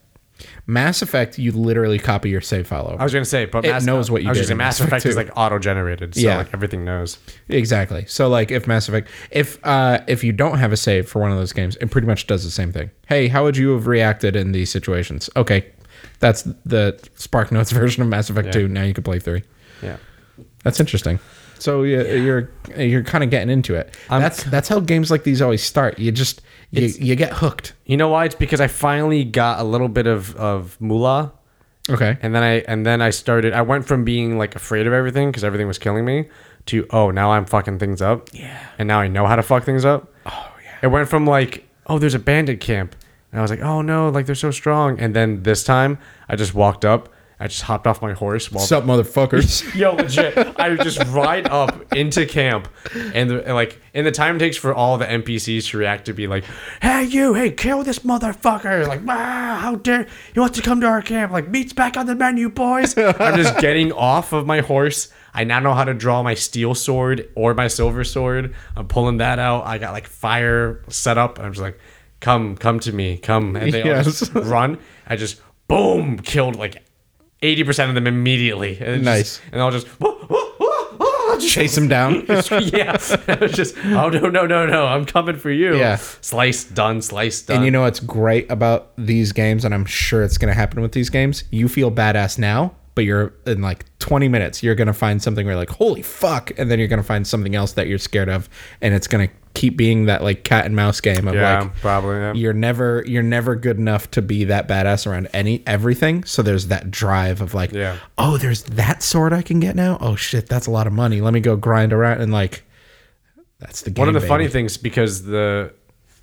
Mass Effect, you literally copy your save file over.
I was gonna say, but
It knows what you
I was
did
gonna say
in
Mass
Mass Effect
Effect is
too.
like auto-generated, so
Yeah.
like everything knows.
Exactly. So like if Mass Effect if uh if you don't have a save for one of those games, it pretty much does the same thing. Hey, how would you have reacted in these situations? Okay. That's the Spark Notes version of Mass Effect 2. Now you can play 3.
Yeah.
That's interesting. So you, you're you're kind of getting into it. that's that's how games like these always start. You just you, you get hooked.
You know why? It's because I finally got a little bit of of moolah,
Okay.
and then I and then I started. I went from being like afraid of everything because everything was killing me to oh now I'm fucking things up. Yeah. And now I know how to fuck things up. Oh yeah. It went from like oh there's a bandit camp, and I was like oh no like they're so strong, and then this time I just walked up. I just hopped off my horse while
What's up, motherfuckers?
Yo, legit. I would just ride up into camp, and, the, and like, and the time it takes for all the NPCs to react to be like, "Hey, you! Hey, kill this motherfucker!" Like, wow, how dare he wants to come to our camp? Like, meat's back on the menu, boys. I'm just getting off of my horse. I now know how to draw my steel sword or my silver sword. I'm pulling that out. I got like fire set up, and I'm just like, "Come, come to me, come!" And they all just run. I just boom killed like. 80% of them immediately. And it's just-
Nice.
and I'll just, "Whoa, whoa, whoa, whoa," just-
Chase them down.
yeah. I was just, oh no, no, no, no, I'm coming for you.
Yeah.
Slice done, slice done.
And you know what's great about these games, and I'm sure it's gonna happen with these games. You feel badass now, but you're in like 20 minutes, you're gonna find something where you're like, holy fuck, and then you're gonna find something else that you're scared of, and it's gonna keep being that like cat and mouse game of
yeah,
like
probably. Yeah.
you're never you're never good enough to be that badass around any everything. So there's that drive of like,
Yeah.
oh, there's that sword I can get now. Oh shit, that's a lot of money. Let me go grind around and like that's the game.
One of the
baby.
funny things because the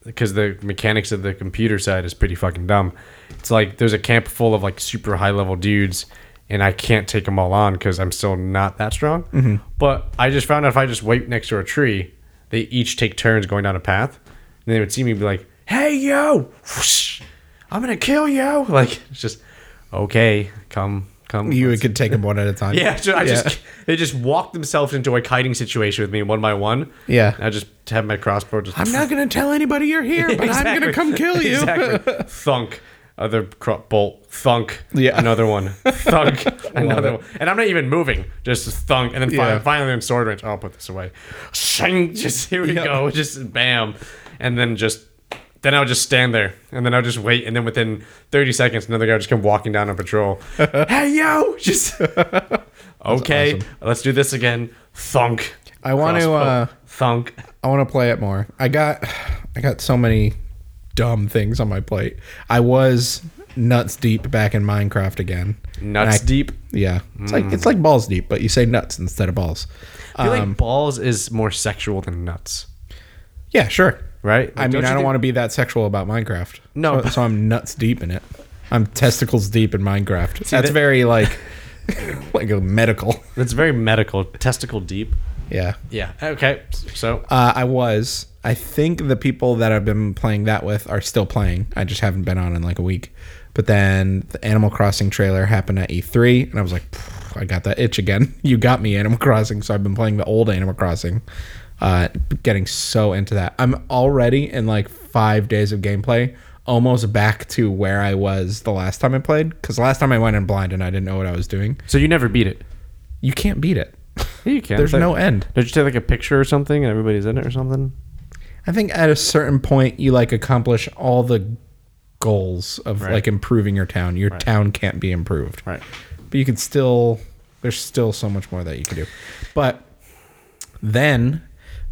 because the mechanics of the computer side is pretty fucking dumb. It's like there's a camp full of like super high level dudes, and I can't take them all on because I'm still not that strong.
Mm-hmm.
But I just found out if I just wait next to a tree, they each take turns going down a path, and they would see me and be like, "Hey yo, whoosh, I'm gonna kill you!" Like it's just okay, come come.
you could take them one at a time.
Yeah, ju- I just they just walked themselves into a kiting situation with me one by one.
Yeah.
and I just have my crossbow just.
I'm not gonna tell anybody you're here, but I'm gonna come kill you.
exactly. Thunk. Other cro- bolt. Thunk.
Yeah.
Another one. Thunk. another one. And I'm not even moving. Just thunk. And then
Yeah.
finally, finally in sword range. Oh, I'll put this away. Shang. Just here we
Yeah.
go. Just bam. And then just. Then I would just stand there, and then I would just wait, and then within 30 seconds, another guy would just come walking down on patrol. hey yo, just okay, let's do this again. Thunk.
I want to.
Crossbow.
Uh,
thunk.
I want to play it more. I got. I got so many dumb things on my plate. I was nuts deep back in Minecraft again. And
Nuts
I-
deep.
Yeah, it's like it's like balls deep, but you say nuts instead of balls.
I feel like balls is more sexual than nuts,
Yeah, sure.
right?
I mean, I don't want to be that sexual about Minecraft.
No,
so,
but-
so I'm nuts deep in it. I'm testicles deep in Minecraft. That's
that-
very like like a medical.
to. It's very medical, testicle deep.
Yeah.
Yeah. Okay. So
Uh, I was. I think the people that I've been playing that with are still playing. I just haven't been on in like a week. But then the Animal Crossing trailer happened at E3, and I was like, "Pff, I got that itch again. You got me, Animal Crossing. So I've been playing the old Animal Crossing, uh, getting so into that. I'm already in like five days of gameplay, almost back to where I was the last time I played. Because last time I went in blind and I didn't know what I was doing.
so you never beat it.
You can't beat it.
You can.
There's
It's like-
no end.
Don't you take like a picture or something and everybody's in it or something?
I think at a certain point you like accomplish all the goals of like improving your town. Your town can't be improved.
Right.
But you can still there's still so much more that you can do. But then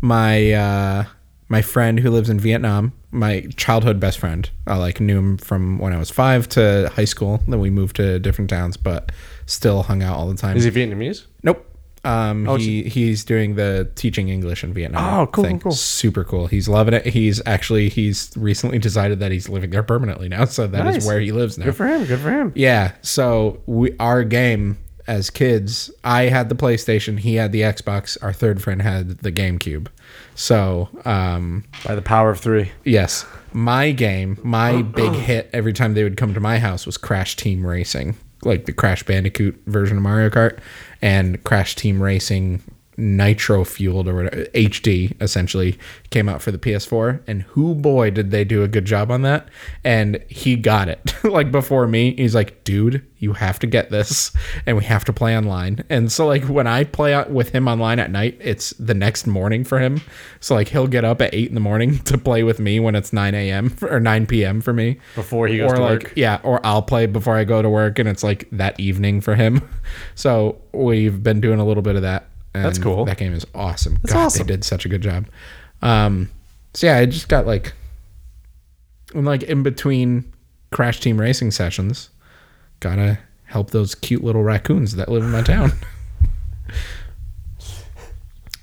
my uh my friend who lives in Vietnam, my childhood best friend, I like knew him from when I was five to high school. Then we moved to different towns, but still hung out all the time.
Is he Vietnamese?
Nope. Um,
Oh,
he he's doing the teaching English in Vietnam.
Oh, cool, cool, cool.
Super cool. He's loving it. He's actually he's recently decided that he's living there permanently now. So that is
Nice.
where he lives now.
Good for him. Good for him.
Yeah. So we our game as kids, I had the PlayStation, he had the Xbox, our third friend had the GameCube. So, um
By the power of three.
yes, my game, my big hit every time they would come to my house was Crash Team Racing, like the Crash Bandicoot version of Mario Kart and Crash Team Racing nitro fueled or whatever, HD essentially came out for the PS4 and who boy did they do a good job on that and he got it like before me he's like dude you have to get this and we have to play online and so like when I play out with him online at night it's the next morning for him so like he'll get up at 8 in the morning to play with me when it's 9 a.m or 9 p.m for me
Before he goes
or
to
like
work.
yeah or i'll play before i go to work and it's like that evening for him so we've been doing a little bit of that and
That's cool.
that game is awesome
That's
god
awesome.
they did such a good job um so yeah i just got like and like in between crash team racing sessions gotta help those cute little raccoons that live in my town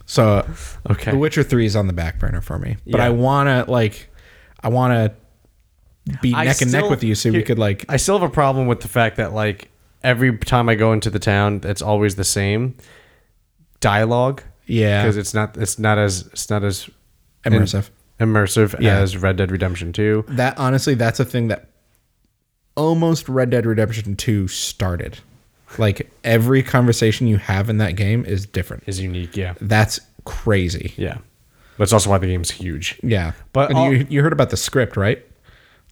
so
Okay.
the Witcher Three is on the back burner for me, but
Yeah.
I wanna like, I wanna be
I
neck and neck
still-
with you, so we
here-
could like,
I still have a problem with the fact that like every time I go into the town, it's always the same dialogue
yeah,
because it's not it's not as it's not as
immersive.
immersive
Yeah.
as Red Dead Redemption Two.
that honestly, that's a thing that almost Red Dead Redemption Two started. Like every conversation you have in that game is different.
Is unique, yeah,
That's crazy.
yeah. But it's also why the game's huge.
Yeah,
But
And
all-
you you heard about the script, right?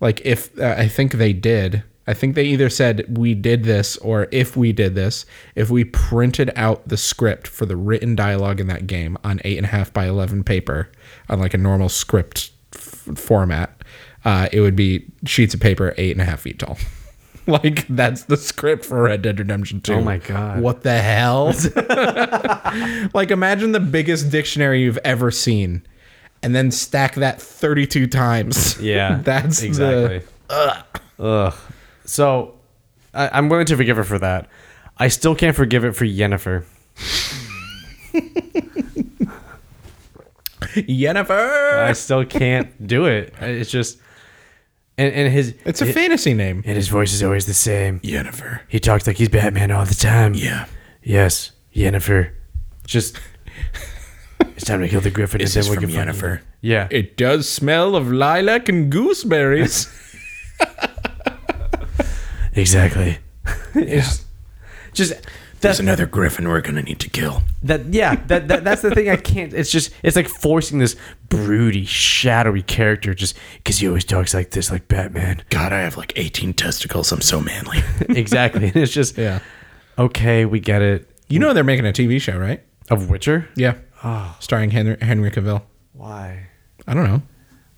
Like if uh, I think they did. I think they either said we did this or if we did this, if we printed out the script for the written dialogue in that game on eight and a half by eleven paper on like a normal script f- format, uh, it would be sheets of paper eight and a half feet tall. like that's the script for Red Dead Redemption Two.
Oh my God.
What the hell? like imagine the biggest dictionary you've ever seen and then stack that 32 times
Yeah,
that's the-
exactly. Ugh. So I, I'm willing to forgive her for that. I still can't forgive it for Yennefer.
Yennefer
I still can't do it. It's just and and his
it's a fantasy name
and his voice is always the same.
Yennefer
He talks like he's Batman all the time.
yeah
Yes, Yennefer. Just it's time to kill the Griffin and then we'll get fucking- Yeah.
it does smell of lilac and gooseberries
exactly. It's just that's
another griffin we're gonna need to kill
that yeah, that, that that's the thing I can't it's just it's like forcing this broody, shadowy character just cuz he always talks like this like Batman.
God, I have like 18 testicles. I'm so manly.
exactly. And it's just
yeah
okay, we get it.
you know they're making a tv show right
Of Witcher?
yeah
Ah.
starring henry, henry cavill
Why?
i don't know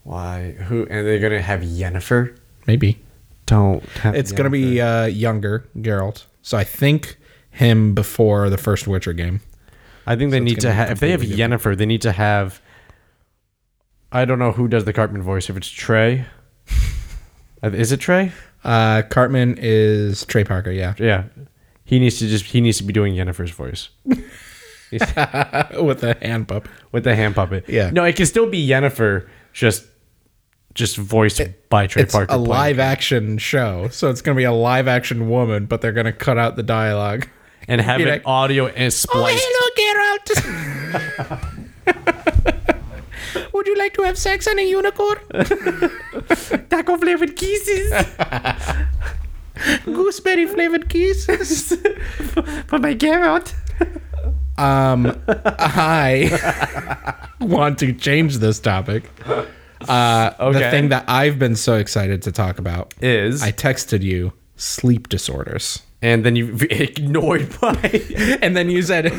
Why? Who? And they're gonna have Yennefer?
maybe
Don't. Have
it's gonna be uh younger Geralt. so i think him before the first witcher game
I think they need to
gonna be
have. If they have
completely
Yennefer, they need to have. I don't know who does the Cartman voice. If it's Trey, Uh, is it Trey?
Uh, Cartman is Trey Parker. Yeah,
Yeah, he needs to just. He needs to be doing Yennefer's voice
with the hand pup.
with the hand puppet.
Yeah.
No, it can still be Yennefer. Just, just voiced by Trey
It's
Parker.
a
playing.
live action show, so it's gonna be a live action woman, but they're gonna cut out the dialogue.
and have
you
an
know-
audio
"Oh,
and spliced.
hello, Geralt. Would you like to have sex on a unicorn?
taco flavored kisses
Gooseberry flavored kisses.
for my Geralt.
Um, I want to change this topic. Uh,
Okay.
The thing that I've been so excited to talk about
Is
I texted you sleep disorders.
and then you ignored by.
and then you said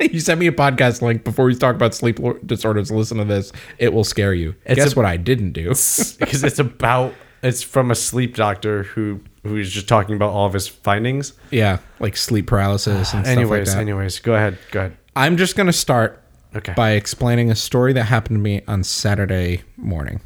you sent me a podcast link before we talk about sleep lo- disorders listen to this it will scare you guess
a-
what i didn't do
because it's about it's from a sleep doctor who who's just talking about all of his findings.
yeah like sleep paralysis and
Anyways,
stuff like that
anyways, go ahead, go ahead.
i'm just going to start
Okay.
by explaining a story that happened to me on saturday morning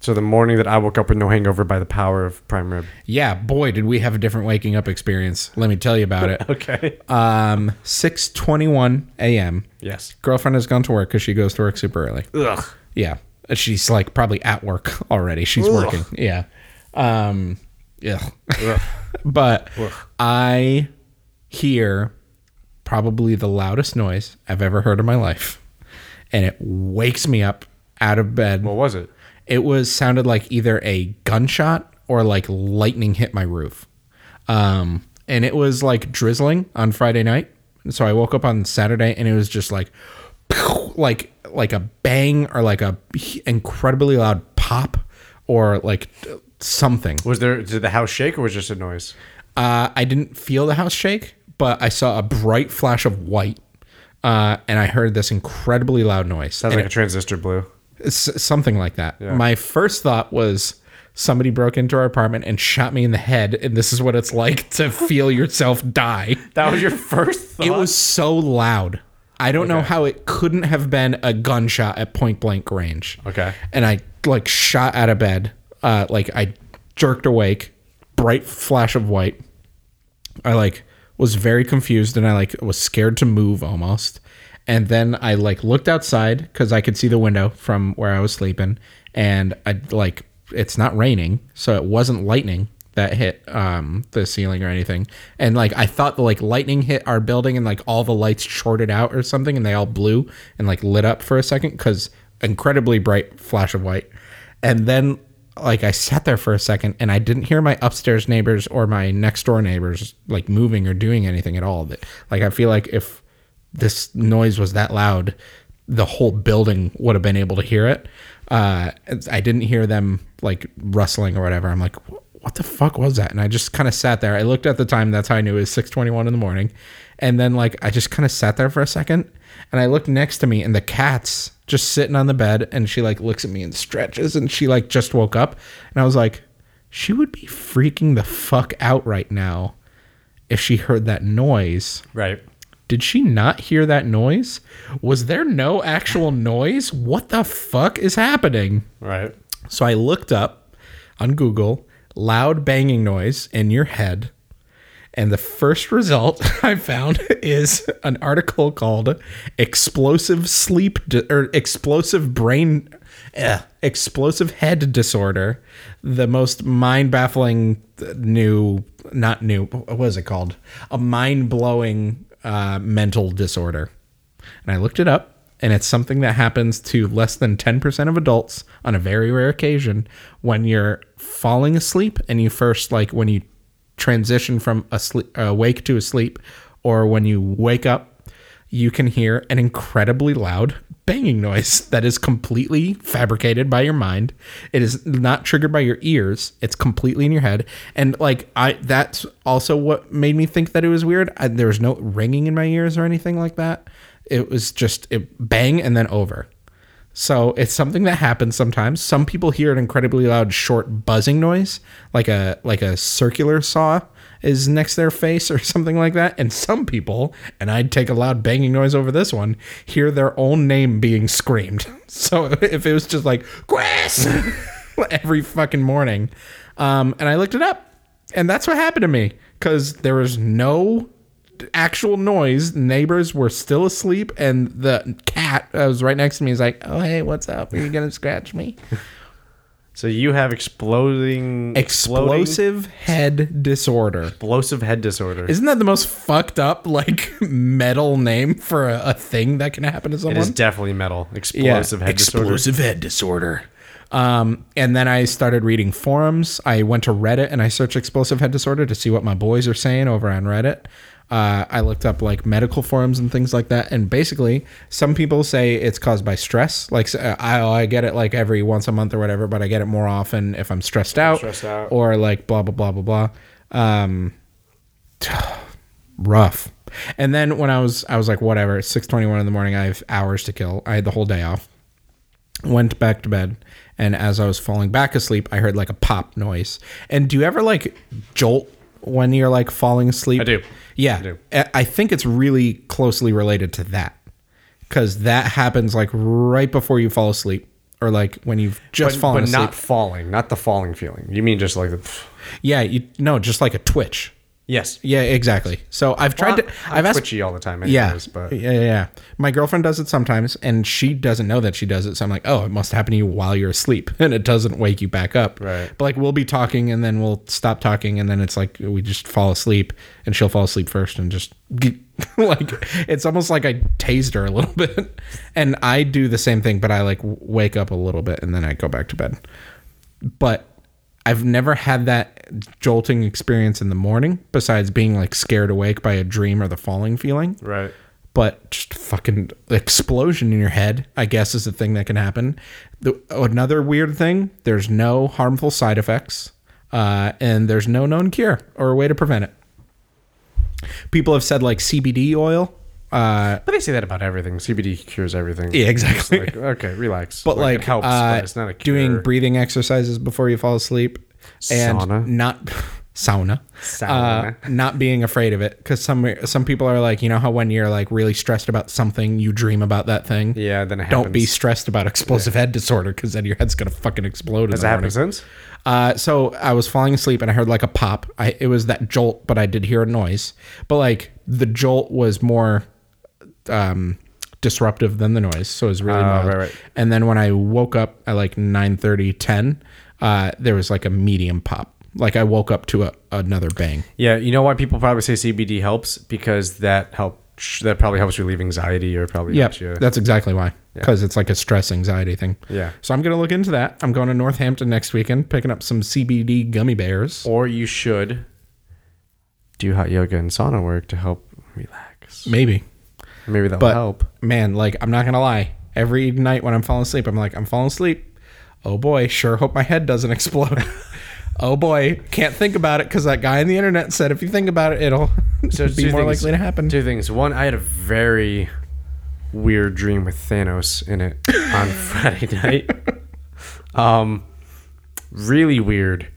So the morning that I woke up with no hangover by the power of prime rib.
Yeah, boy, did we have a different waking up experience. Let me tell you about it.
Okay.
Um, 6:21 a.m.
Yes.
Girlfriend has gone to work because she goes to work super early.
Ugh.
Yeah, she's like probably at work already. She's working. Yeah. Um. Yeah. but I hear probably the loudest noise I've ever heard in my life, and it wakes me up out of bed.
What was it?
It was sounded like either a gunshot or like lightning hit my roof. Um, and it was like drizzling on Friday night. And so I woke up on Saturday and it was just like pow, like like a bang or like a incredibly loud pop or like something.
Was there did the house shake or was it just a noise?
Uh, I didn't feel the house shake, but I saw a bright flash of white. Uh, and I heard this incredibly loud noise.
Sounds
And
like a transistor blue.
S- something like that. My first thought was somebody broke into our apartment and shot me in the head, and this is what it's like to feel yourself die.
That was your first thought.
It was so loud. I don't know how it couldn't have been a gunshot at point blank range.
Okay.
And I like shot out of bed. Uh, like I jerked awake, bright flash of white. I like was very confused and I like was scared to move almost. And then I like looked outside because I could see the window from where I was sleeping. And I like it's not raining, so it wasn't lightning that hit um the ceiling or anything. And like I thought the like lightning hit our building and like all the lights shorted out or something and they all blew and like lit up for a second because incredibly bright flash of white. And then like I sat there for a second and I didn't hear my upstairs neighbors or my next door neighbors like moving or doing anything at all. That like I feel like if this noise was that loud, the whole building would have been able to hear it. Uh, I didn't hear them like rustling or whatever. I'm like, "Wh- what the fuck was that? And I just kind of sat there. I looked at the time. That's how I knew it was 6:21 in the morning. And then like I just kind of sat there for a second, and I looked next to me, and the cat's just sitting on the bed, and she like looks at me and stretches, and she like just woke up, and I was like, she would be freaking the fuck out right now if she heard that noise.
right.
Did she not hear that noise? Was there no actual noise? What the fuck is happening?
Right.
So I looked up on Google loud banging noise in your head. And the first result I found is an article called "Explosive Sleep Di- or Explosive Brain eh, Explosive Head Disorder," the most mind-baffling uh, new, not new. What is it called? A mind-blowing uh, mental disorder. And I looked it up, and it's something that happens to less than 10% of adults on a very rare occasion when you're falling asleep and you first, like, when you transition from asleep, awake to asleep, or when you wake up, you can hear an incredibly loud banging noise that is completely fabricated by your mind. It is not triggered by your ears. It's completely in your head. And like I that's also what made me think that it was weird. I, there was no ringing in my ears or anything like that. It was just it bang and then over. So it's something that happens sometimes. Some people hear an incredibly loud, short buzzing noise, like a like a circular saw is next to their face or something like that. And some people, and I'd take a loud banging noise over this one, hear their own name being screamed. So if it was just like Chris every fucking morning, um, and I looked it up, and that's what happened to me because there was no actual noise. Neighbors were still asleep, and the cat that was right next to me is like, "Oh hey, what's up? Are you gonna scratch me?"
So you have exploding exploding-
Explosive head disorder.
explosive head disorder.
Isn't that the most fucked up like metal name for a, a thing that can happen to someone?
it is definitely metal. Explosive head disorder.
Explosive head disorder.
Um, and then I started reading forums. I went to Reddit and I searched explosive head disorder to see what my boys are saying over on Reddit. Uh, I looked up like medical forums and things like that. And basically, some people say it's caused by stress. Like, uh, I, I get it like every once a month or whatever, but I get it more often if I'm stressed out,
stressed out.
or like blah, blah, blah, blah, blah. Um, rough. And then when I was, I was like, whatever, it's 621 in the morning. I have hours to kill. I had the whole day off went back to bed and as i was falling back asleep i heard like a pop noise and do you ever like jolt when you're like falling asleep
I do.
yeah
I do.
I- i think it's really closely related to that because that happens like right before you fall asleep or like when you've just
but,
fallen
but
asleep.
not falling, not the falling feeling. You mean just like the
yeah, you no, just like a twitch.
yes.
Yeah, exactly. So I've tried to.
I'm
I've asked.
twitchy all the time.
yeah,
Anyways, but
yeah, yeah, yeah. My girlfriend does it sometimes, and she doesn't know that she does it. So I'm like, oh, it must happen to you while you're asleep, and it doesn't wake you back up.
Right.
But like, we'll be talking, and then we'll stop talking, and then it's like we just fall asleep, and she'll fall asleep first, and just like it's almost like I tased her a little bit, and I do the same thing, but I like w- wake up a little bit, and then I go back to bed. But I've never had that jolting experience in the morning, besides being like scared awake by a dream or the falling feeling
right.
but just fucking explosion in your head, I guess, is the thing that can happen. The, another weird thing: there's no harmful side effects, uh, and there's no known cure or way to prevent it. People have said like CBD oil, uh,
But they say that about everything. CBD cures everything.
Yeah, exactly.
It's like, okay, relax.
but like,
it helps,
uh,
but it's not a cure.
doing breathing exercises before you fall asleep, and
Sauna.
not sauna,
Sauna.
Uh, not being afraid of it because some some people are like, you know how when you're like really stressed about something, you dream about that thing.
yeah. Then it
don't be
happens.
stressed about explosive head disorder because then your head's gonna fucking explode.
Has
in the
that
morning.
happened since?
Uh, so I was falling asleep and I heard like a pop. I it was that jolt, but I did hear a noise. But like the jolt was more um, disruptive than the noise, so it was really mild.
Oh, right, right.
And then when I woke up at like 9:30, 10, uh, there was like a medium pop. Like I woke up to a, another bang.
Yeah, you know why people probably say CBD helps because that help that probably helps relieve anxiety or probably
Yeah,
helps you.
that's exactly why. Because it's like a stress anxiety thing.
Yeah.
So I'm gonna look into that. I'm going to Northampton next weekend, picking up some CBD gummy bears.
or you should do hot yoga and sauna work to help relax.
Maybe.
Maybe that'll
But
help.
man, like I'm not gonna lie. Every night when I'm falling asleep, I'm like, I'm falling asleep. Oh boy, sure hope my head doesn't explode. oh boy, can't think about it because that guy on the internet said if you think about it, it'll be
two
more
things-
likely to happen.
Two things. One, I had a very weird dream with Thanos in it on Friday night. Um, really weird,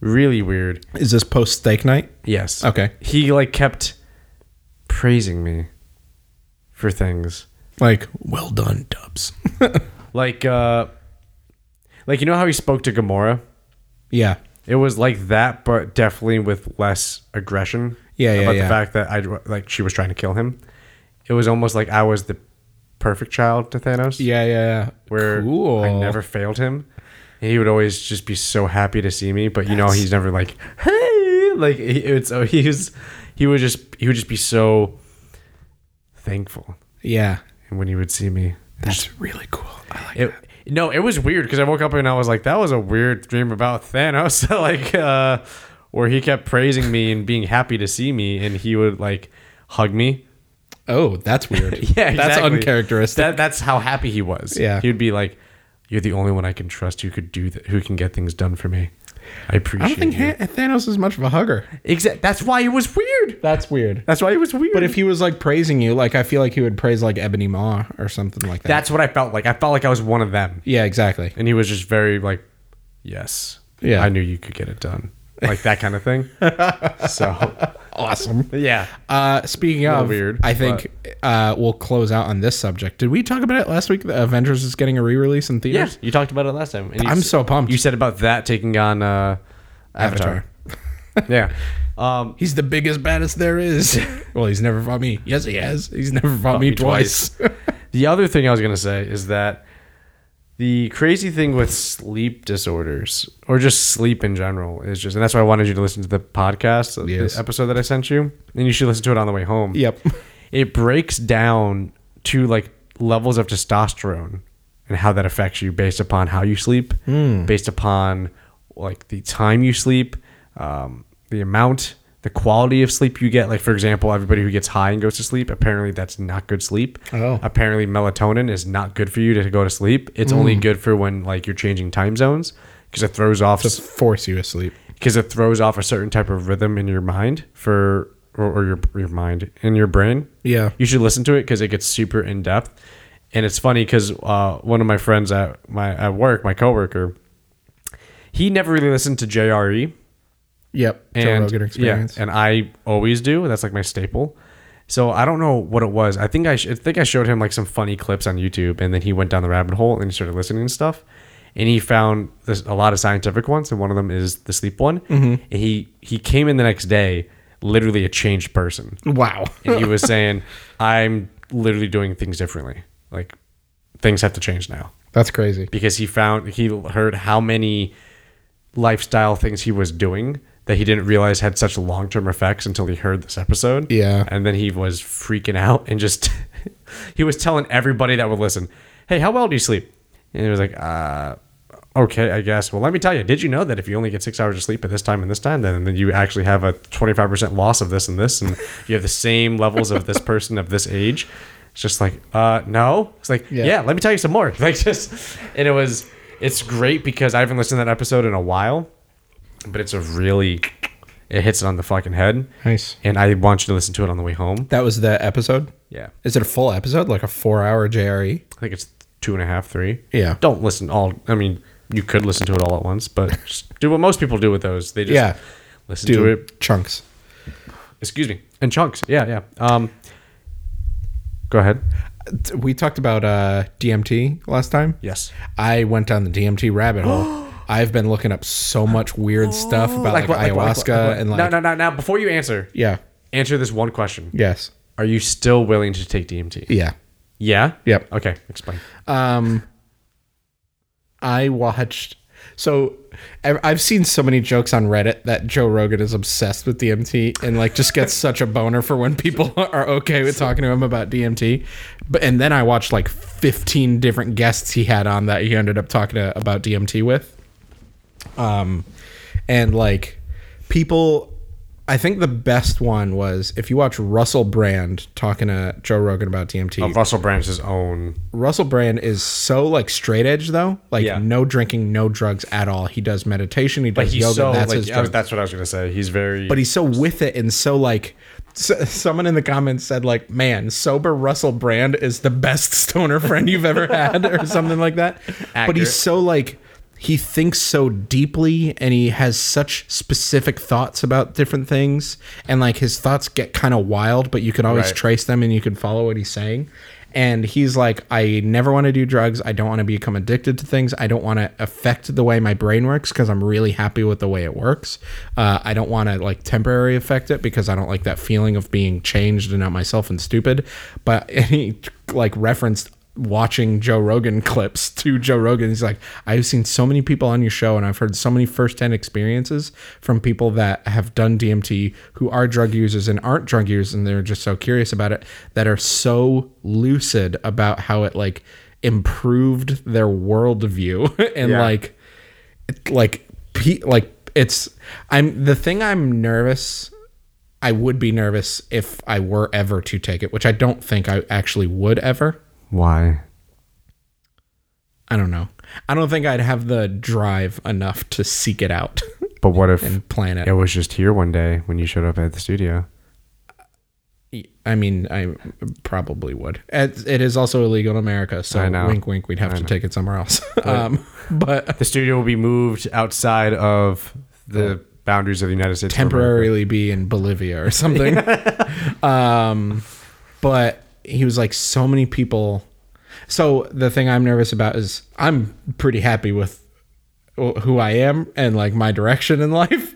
really weird.
Is this post steak night?
Yes.
Okay.
He like kept praising me for things.
Like,
Well done, Dubs.
like uh like you know how he spoke to Gamora?
yeah,
It was like that, but definitely with less aggression.
Yeah, yeah,
About
yeah.
the fact that I like she was trying to kill him. It was almost like I was the perfect child to Thanos.
yeah, yeah, yeah.
Where
cool.
I never failed him. He would always just be so happy to see me, but you know he's never like hey, like he- it's oh he was he would just he would just be so thankful
Yeah,
when he would see me.
That's really cool. I like
It, no, it was weird because I woke up and I was like, that was a weird dream about Thanos, like uh, where he kept praising me and being happy to see me, and he would like hug me.
Oh, that's weird. that's
exactly.
uncharacteristic.
That, that's how happy he was.
Yeah.
he would be like, "You're the only one I can trust who could do that, who can get things done for me. I appreciate."
I don't think
you.
Han- Thanos is much of a hugger.
Exact. That's why it was weird.
That's weird.
That's why it was weird.
But if he was like praising you, like I feel like he would praise like Ebony Maw or something like that.
that's what I felt like. I felt like I was one of them,
yeah, exactly.
and he was just very like, "Yes,
Yeah.
I knew you could get it done." Like that kind of thing. so
Awesome.
Yeah.
Uh, speaking of
weird,
I think uh, we'll close out on this subject. Did we talk about it last week? The Avengers is getting a re-release in
Yeah.
theaters.
You talked about it last time. and you
I'm
s-
so pumped.
You said about that taking on uh, Avatar. yeah. Um,
He's the biggest baddest there is. well, he's never fought me. Yes, he has. He's never fought, me, twice.
oh, the other thing I was going to say is that the crazy thing with sleep disorders or just sleep in general is just, and that's why I wanted you to listen to the podcast, the
Yes.
episode that I sent you, and you should listen to it on the way home.
Yep.
It breaks down to like levels of testosterone and how that affects you based upon how you sleep,
Hmm.
based upon like the time you sleep, um, the amount, the quality of sleep you get. Like, for example, everybody who gets high and goes to sleep, apparently that's not good sleep.
Oh.
Apparently, melatonin is not good for you to go to sleep. It's only
Hmm.
good for when like you're changing time zones because it throws off
Just force you to sleep.
because it throws off a certain type of rhythm in your mind for or, or your your mind in your brain.
Yeah.
you should listen to it because it gets super in depth, and it's funny because uh, one of my friends at my at work, my coworker, he never really listened to E. JRE
Yep.
and
Joe Rogan experience.
yeah, and I always do. That's like my staple. So I don't know what it was. I think I, sh- I think I showed him like some funny clips on YouTube, and then he went down the rabbit hole and started listening to stuff. And he found this, a lot of scientific ones, and one of them is the sleep one.
Mm-hmm.
And he he came in the next day, literally a changed person,
Wow.
and he was saying, "I'm literally doing things differently. Like things have to change now."
That's crazy.
because he found he heard how many lifestyle things he was doing that he didn't realize had such long-term effects until he heard this episode.
Yeah.
And then he was freaking out and just he was telling everybody that would listen, "Hey, how well do you sleep?" And it was like, "Uh, okay, I guess. Well, let me tell you. Did you know that if you only get 6 hours of sleep at this time and this time, then then you actually have a 25% loss of this and this and you have the same levels of this person of this age?" It's just like, "Uh, no." It's like,
Yeah.
"Yeah, let me tell you some more. Like just, and it was, it's great because I haven't listened to that episode in a while, but it's a really, it hits it on the fucking head.
Nice.
And I want you to listen to it on the way home.
That was the episode.
Yeah.
Is it a full episode, like a four-hour E? JRE?
I think it's two and a half, three.
Yeah.
Don't listen all, I mean, you could listen to it all at once, but just do what most people do with those. They just
Yeah.
listen
Do
to it
it chunks.
excuse me, in chunks. Yeah, yeah. Um, go ahead.
T- We talked about uh, DMT last time.
Yes.
I went down the DMT rabbit hole. I've been looking up so much weird stuff about like,
what- what-
ayahuasca
what- what-
and like
no, no, no, no. Before you answer,
yeah,
answer this one question:
yes,
Are you still willing to take DMT?
yeah,
Yeah.
yep.
Okay, explain.
Um, I watched. So I've I've seen so many jokes on Reddit that Joe Rogan is obsessed with DMT and like just gets such a boner for when people are okay with talking to him about DMT. But and then I watched like 15 different guests he had on that he ended up talking to, about DMT with. Um, and like people, I think the best one was if you watch Russell Brand talking to Joe Rogan about DMT.
Russell Brand's own.
Russell Brand is so like straight edge though, like
Yeah.
no drinking, no drugs at all. He does meditation, he does
He's
yoga.
so
that's
like
his
I was-
drug.
that's what I was gonna say. He's very.
but he's so with it and so like. s someone in the comments said like, "Man, sober Russell Brand is the best stoner friend you've ever had," or something like that. But
Accurate.
he's so like he thinks so deeply and he has such specific thoughts about different things and like his thoughts get kind of wild but you can always
Right.
trace them and you can follow what he's saying and he's like i never want to do drugs i don't want to become addicted to things i don't want to affect the way my brain works because i'm really happy with the way it works uh, i don't want to like temporary affect it because i don't like that feeling of being changed and not myself and stupid but and he like referenced watching Joe Rogan clips to Joe Rogan. He's like, I've seen so many people on your show and I've heard so many firsthand experiences from people that have done DMT who are drug users and aren't drug users and they're just so curious about it that are so lucid about how it like improved their worldview and
Yeah.
like it- like pe- like it's I'm the thing I'm nervous I would be nervous if I were ever to take it, which I don't think I actually would ever.
why?
I don't know. I don't think I'd have the drive enough to seek it out
But what if
and plan it.
it was just here one day when you showed up at the studio?
I mean, I probably would. It, it is also illegal in America, so
I know.
wink, wink. We'd have to take it somewhere else. um, but
The studio will be moved outside of the boundaries of the United States. of America.
temporarily be in Bolivia or something. um, but he was like, so many people. So the thing I'm nervous about is I'm pretty happy with who I am and like my direction in life.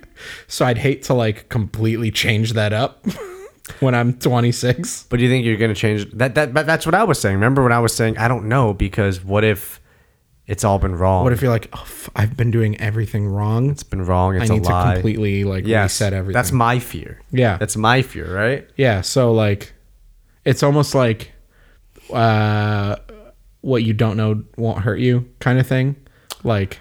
So I'd hate to like completely change that up when I'm 26.
But do you think you're going to change that, that? That that's what I was saying. Remember when I was saying I don't know because what if it's all been wrong?
What if you're like, oh, f- I've been doing everything wrong?
it's been wrong?
I
It's a
need to
lie.
completely like
yes,
reset everything.
That's my fear.
Yeah.
that's my fear. Right?
Yeah, so like it's almost like uh what you don't know won't hurt you kind of thing. Like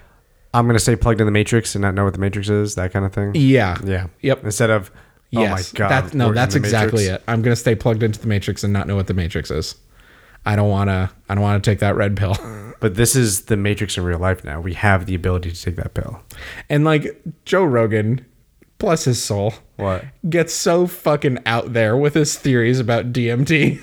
I'm going to stay plugged in the matrix and not know what the matrix is. That kind of thing.
yeah.
Yeah.
Yep.
Instead of oh
yes.
my god.
That's, no,
we're in
that's
the
exactly
Matrix.
it. I'm going to stay plugged into the matrix and not know what the matrix is. I don't want to I don't want to take that red pill.
But this is the matrix in real life now. We have the ability to take that pill.
And like Joe Rogan, bless his soul,
What?
gets so fucking out there with his theories about DMT.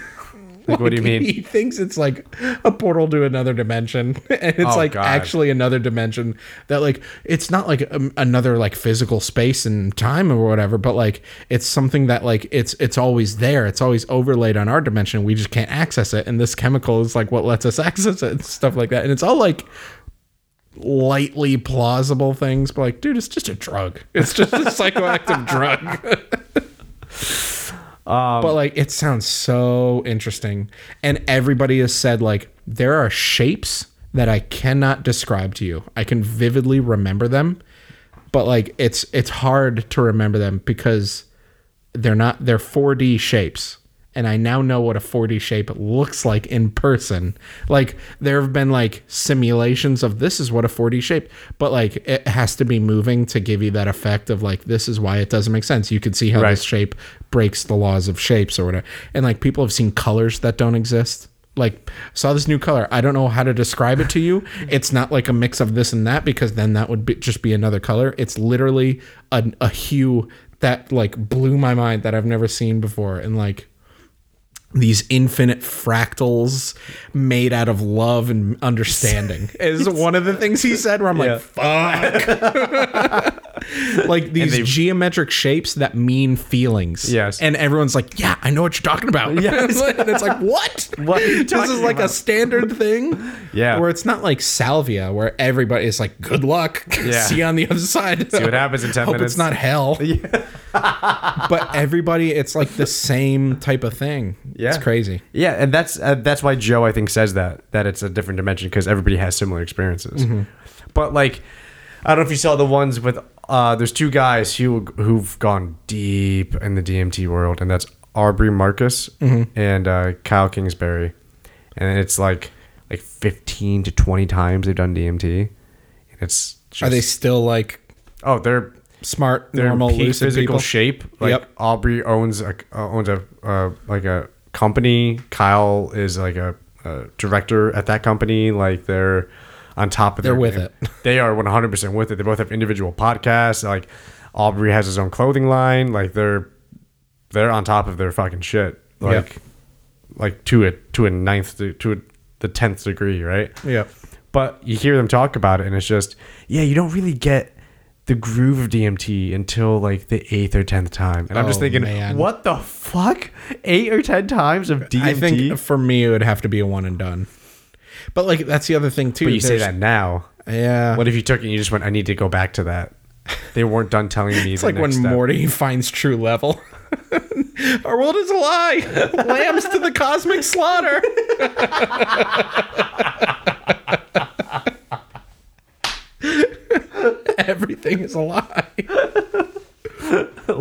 Like, what do you mean?
He thinks it's like a portal to another dimension, and it's
Oh,
like
God.
actually another dimension that like it's not like um, another like physical space and time or whatever, but like it's something that like it's it's always there. It's always overlaid on our dimension. We just can't access it, and this chemical is like what lets us access it and stuff like that. And it's all like lightly plausible things, but like, dude, it's just a drug. It's just a psychoactive drug. but like, it sounds so interesting, and everybody has said like there are shapes that I cannot describe to you. I can vividly remember them, but like it's it's hard to remember them because they're not they're 4D shapes. And I now know what a 4D shape looks like in person. Like there have been like simulations of this is what a 4D shape, but like it has to be moving to give you that effect of like this is why it doesn't make sense. You can see how
Right.
this shape breaks the laws of shapes or whatever. And like people have seen colors that don't exist. Like saw this new color. I don't know how to describe it to you. It's not like a mix of this and that because then that would be, just be another color. It's literally a, a hue that like blew my mind that I've never seen before and like these infinite fractals made out of love and understanding is one of the things he said where I'm like fuck like these
they-
geometric shapes that mean feelings
Yes.
and everyone's like yeah I know what you're talking about
Yes.
and it's like what
What are you
this is
talking
like a
about?
standard thing
Yeah.
where it's not like salvia where everybody is like good luck
Yeah.
see you on the other side
See what happens in 10
hope
minutes.
it's not hell but everybody it's like the same type of thing it's crazy
Yeah, and that's uh, that's why Joe I think says that that it's a different dimension because everybody has similar experiences.
Mm-hmm.
But like, I don't know if you saw the ones with uh, there's two guys who who've gone deep in the DMT world, and that's Aubrey Marcus
Mm-hmm.
and uh, Kyle Kingsbury, and it's like like fifteen to twenty times they've done DMT, and it's just,
are they still like
oh they're
smart
they're
normal
in peak
lucid
physical
people
shape. Like
Yep.
Aubrey owns a uh, owns a uh, like a company. Kyle is like a, a director at that company. Like they're on top of.
They're
their
with
game.
it.
They are one hundred percent with it. They both have individual podcasts. Like Aubrey has his own clothing line. Like they're they're on top of their fucking shit. Like like to a to a ninth to, to a, the tenth degree. Right
yeah
but you hear them talk about it and it's just yeah you don't really get the groove of DMT until like the eighth or tenth time and I'm just
Oh,
thinking
man.
what the fuck eight or ten times of DMT
i think for me it would have to be a one and done but like that's the other thing too
but you say
There's-
that now
yeah
what if you took it and you just went I need to go back to that they weren't done telling me
It's like when Morty finds true level. Our world is a lie. Lambs to the cosmic slaughter. Everything is a lie.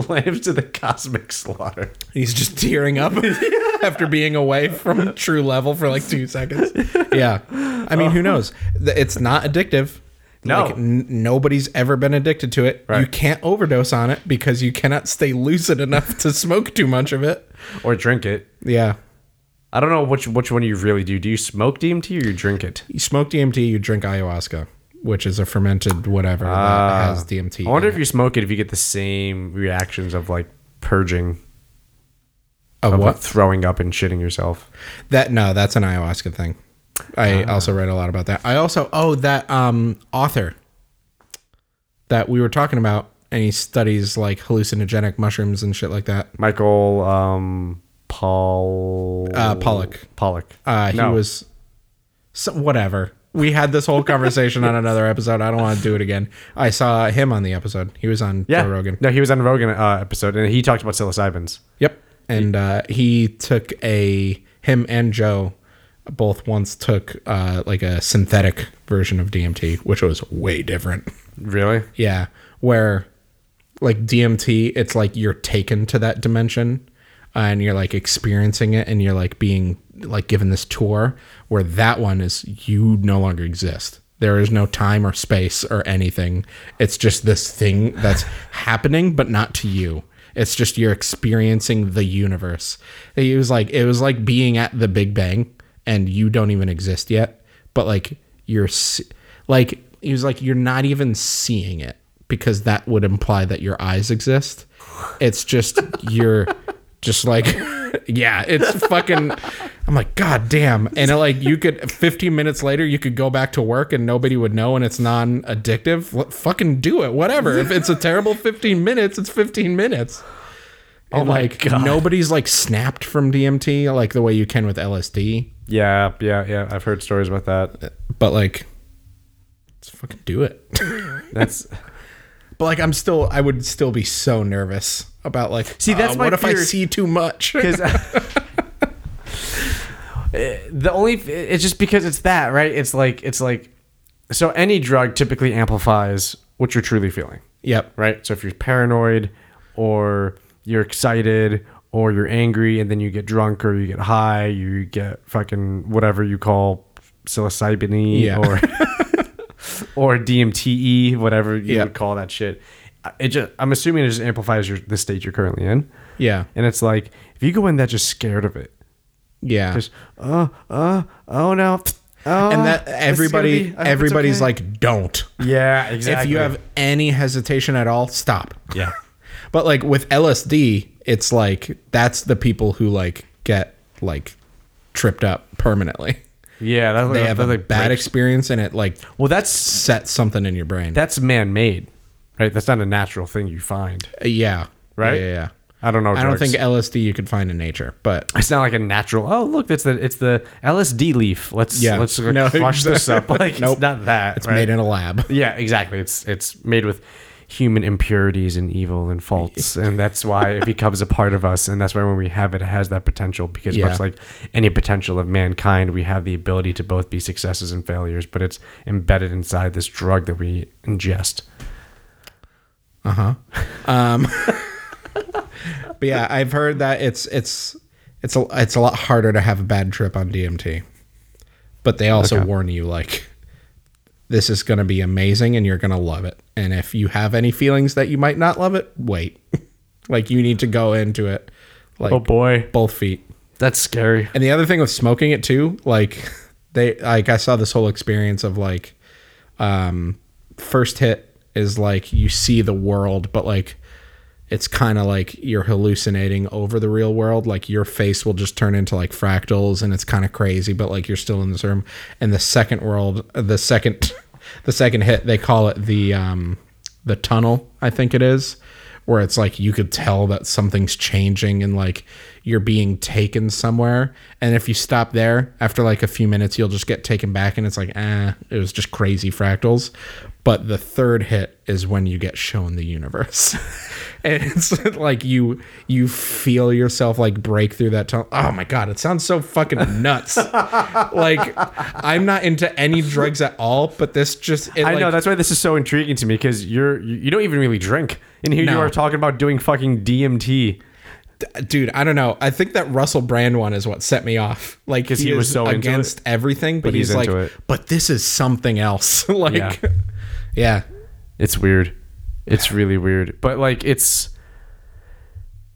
lambs to the cosmic slaughter
He's just tearing up after being away from true level for like two seconds. Yeah. I mean, who knows? Th- It's not addictive.
Oh. No.
Like, n- nobody's ever been addicted to it. You
Right.
can't overdose on it because you cannot stay lucid enough to smoke too much of it.
or drink it
Yeah.
I don't know which which one you really do do you smoke DMT or you drink it
You smoke DMT, you drink ayahuasca, which is a fermented whatever that has DMT.
Ah. I wonder
in
if you smoke it if you get the same reactions of like purging
it. a
of
what?
like throwing up and shitting yourself
That no, that's an ayahuasca thing. I
Ah.
also read a lot about that. I also oh that um author that we were talking about, and he studies like hallucinogenic mushrooms and shit like that.
Michael um Paul
Uh, Pollock.
Pollock.
Uh, he
No.
was so, whatever. We had this whole conversation on another episode. I don't want to do it again. I saw him on the episode. He was on
yeah.
Joe Rogan.
No, he was on Rogan uh, episode and he talked about psilocybins.
Yep. And uh, he took a him and Joe both once took uh, like a synthetic version of DMT, which was way different.
Really?
Yeah, where like DMT, it's like you're taken to that dimension uh, and you're like experiencing it and you're like being like given this tour where that one is you no longer exist. There is no time or space or anything. It's just this thing that's happening but not to you. It's just you're experiencing the universe. It was like it was like being at the Big Bang and you don't even exist yet, but like you're s- like he was like you're not even seeing it because that would imply that your eyes exist it's just you're just like yeah it's fucking I'm like, God damn. And it, like, you could, 15 minutes later, you could go back to work and nobody would know and it's non addictive. Let- Fucking do it. Whatever. If it's a terrible 15 minutes, it's 15 minutes. And like, nobody's like snapped from DMT like the way you can with LSD.
Yeah, yeah, yeah. I've heard stories about that.
But like, let's fucking do it.
That's
but like, I'm still, I would still be so nervous about like,
See, that's
uh,
my
what if I
fear.
see too much?
because the only it's just because it's that right. It's like it's like so any drug typically amplifies what you're truly feeling.
yep.
right? So if you're paranoid or you're excited or you're angry and then you get drunk or you get high, you get fucking whatever you call psilocybin
Yeah.
or or DMTE, E, whatever you
Yeah.
would call that shit. It just I'm assuming it just amplifies your the state you're currently in.
Yeah.
And it's like if you go in that just scared of it.
Yeah.
Just oh, oh, oh no. Oh,
and that
it's gonna
everybody
be- I hope it's
everybody's
okay.
like don't
Yeah, exactly.
if you have any hesitation at all stop
Yeah.
but like with lsd it's like that's the people who like get like tripped up permanently
Yeah, that's
they
like,
have a
that's like
bad
breaks-
experience and it like
Well, that's
sets something in your brain
that's man made, right? That's not a natural thing you find.
Uh, yeah
Right?
yeah, yeah, yeah.
I don't know.
i don't
drugs.
think lsd you could find in nature but
it's not like a natural. Oh, look, that's the it's the LSD leaf. Let's
Yeah.
let's
No,
crush this up. Like
Nope.
it's not that.
it's made in a lab
yeah, exactly. It's it's made with human impurities and evil and faults, and that's why it becomes a part of us, and that's why when we have it, it has that potential. Because
Yeah.
much like any potential of mankind, we have the ability to both be successes and failures, but it's embedded inside this drug that we ingest.
but yeah i've heard that it's it's it's a, it's a lot harder to have a bad trip on dmt but they also warn you like this is going to be amazing and you're going to love it and if you have any feelings that you might not love it wait like you need to go into it like
Oh boy,
both feet
that's scary.
and the other thing with smoking it too, like they like I saw this whole experience of like um first hit is like you see the world, but like it's kind of like you're hallucinating over the real world. Like your face will just turn into like fractals and it's kind of crazy, but like you're still in this room. And the second world, the second the second hit, they call it the um the tunnel, I think it is, where it's like you could tell that something's changing and like you're being taken somewhere. And if you stop there after like a few minutes, you'll just get taken back and it's like, eh, it was just crazy fractals. But the third hit is when you get shown the universe. and it's like you you feel yourself like break through that tunnel. Oh my god, it sounds so fucking nuts. like I'm not into any drugs at all, but this just it,
I
like,
know that's why this is so intriguing to me because you're you you don't even really drink, and here you
No.
are talking about doing fucking DMT.
dude i don't know i think that russell brand one is what set me off like
'Cause he was
is
so into
against everything but,
he's
he's, like
into it.
but this is something else like
Yeah.
yeah.
It's weird. It's really weird, but like it's.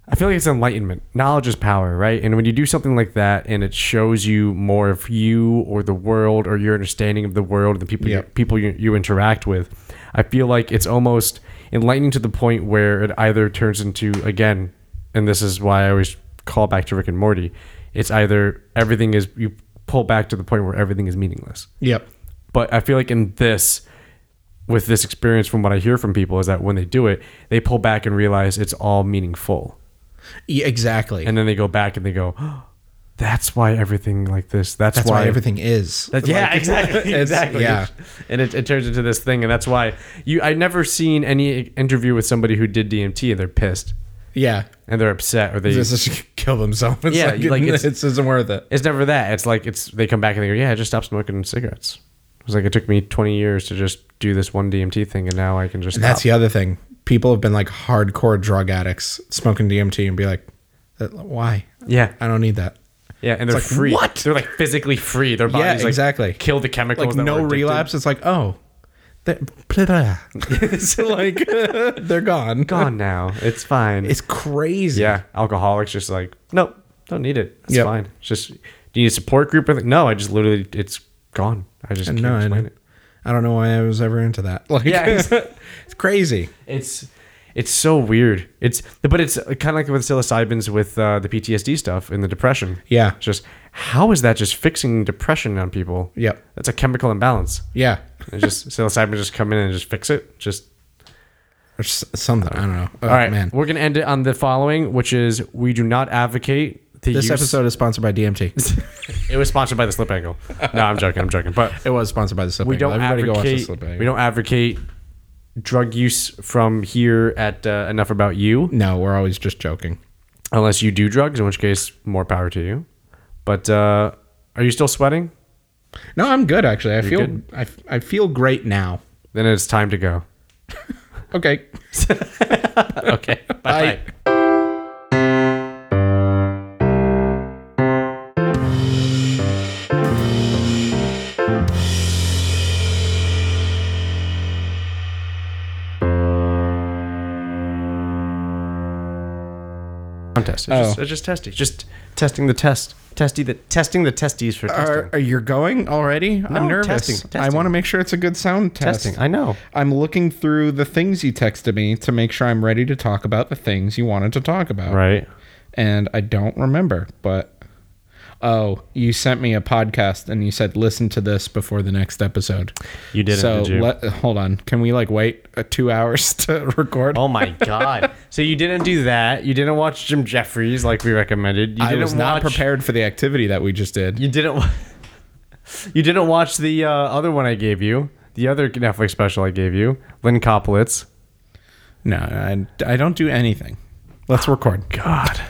I feel like it's enlightenment. Knowledge is power, right? And when you do something like that, and it shows you more of you or the world or your understanding of the world and the people
Yep.
people you, you interact with, I feel like it's almost enlightening to the point where it either turns into again, and this is why I always call back to Rick and Morty. It's either everything is you pull back to the point where everything is meaningless,
yep
but I feel like in this, with this experience, from what I hear from people, is that when they do it, they pull back and realize it's all meaningful,
yeah, E, exactly
and then they go back and they go, "Oh, "That's why everything like this. That's,
that's why, everything is
That, yeah, exactly,
it's-
exactly.
yeah.
and it, it turns into this thing, and that's why you. I never seen any interview with somebody who did DMT and they're pissed
yeah
and they're upset or they.
this is kill themselves it's
Yeah,
like,
like, it's-
it's, isn't worth it
it's never that. It's like it's they come back and they go, "Yeah, I just stopped smoking cigarettes." It was like it took me 20 years to just do this one DMT thing, and now I can just.
and
stop.
that's the other thing people have been like hardcore drug addicts smoking dmt and be like "Uh, why
yeah.
i don't need that
Yeah, and they're
like,
free.
what?
They're like physically free. Their bodies like
exactly.
kill the chemicals.
like
that
no
were addicted.
relapse it's like oh they're, it's like they're gone
Gone now. It's fine.
It's crazy.
yeah, alcoholics just like nope, don't need it. It's
Yep.
fine. It's just do you need a support group? Or anything? no, I just literally it's gone. I just can't
No, I,
explain
don't-
it.
I don't know why I was ever into that. Like,
Yeah,
it's, crazy.
It's it's so weird. It's but it's kind of like with psilocybins with uh, the PTSD stuff and the depression.
Yeah.
It's just how is that just fixing depression on people?
Yep.
That's a chemical imbalance.
Yeah.
It's just psilocybin just come in and just fix it. Just
Or s- something. I don't know. Oh,
all right, man.
man.
We're gonna end it on the following, which is we do not advocate the
This
use-
episode is sponsored by DMT.
It was sponsored by the Slip Angle. No, I'm joking. I'm joking. But
it was sponsored by the Slip
we
Angle.
don't
Everybody go watch the
advocate.
Slip Angle.
We don't advocate drug use from here at uh, Enough About You,
No, we're always just joking.
unless you do drugs, in which case more power to you. But uh, are you still sweating?
No, I'm good actually. I feel
good?
I, f- I feel great now.
Then it's time to go.
Okay.
Okay.
Bye.
Contest. It's, just, it's just testy. Just testing the test. Testy the testing the testes for testing.
Are, are you going already? I'm
No,
nervous.
testing,
I
testing.
want to make sure it's a good sound test.
testing. I know.
I'm looking through the things you texted me to make sure I'm ready to talk about the things you wanted to talk about.
Right.
And I don't remember, but oh, you sent me a podcast and you said listen to this before the next episode.
You didn't,
So
did you?
let hold on. Can we like wait uh, two hours to record?
Oh my god! so you didn't do that. You didn't watch Jim Jeffries like we recommended. You
I
didn't
was not
watch-
prepared for the activity that we just did.
You didn't. wa- You didn't watch the uh, other one I gave you. The other Netflix special I gave you, Lynn Koplitz.
No, I, I don't do anything. Let's record.
God.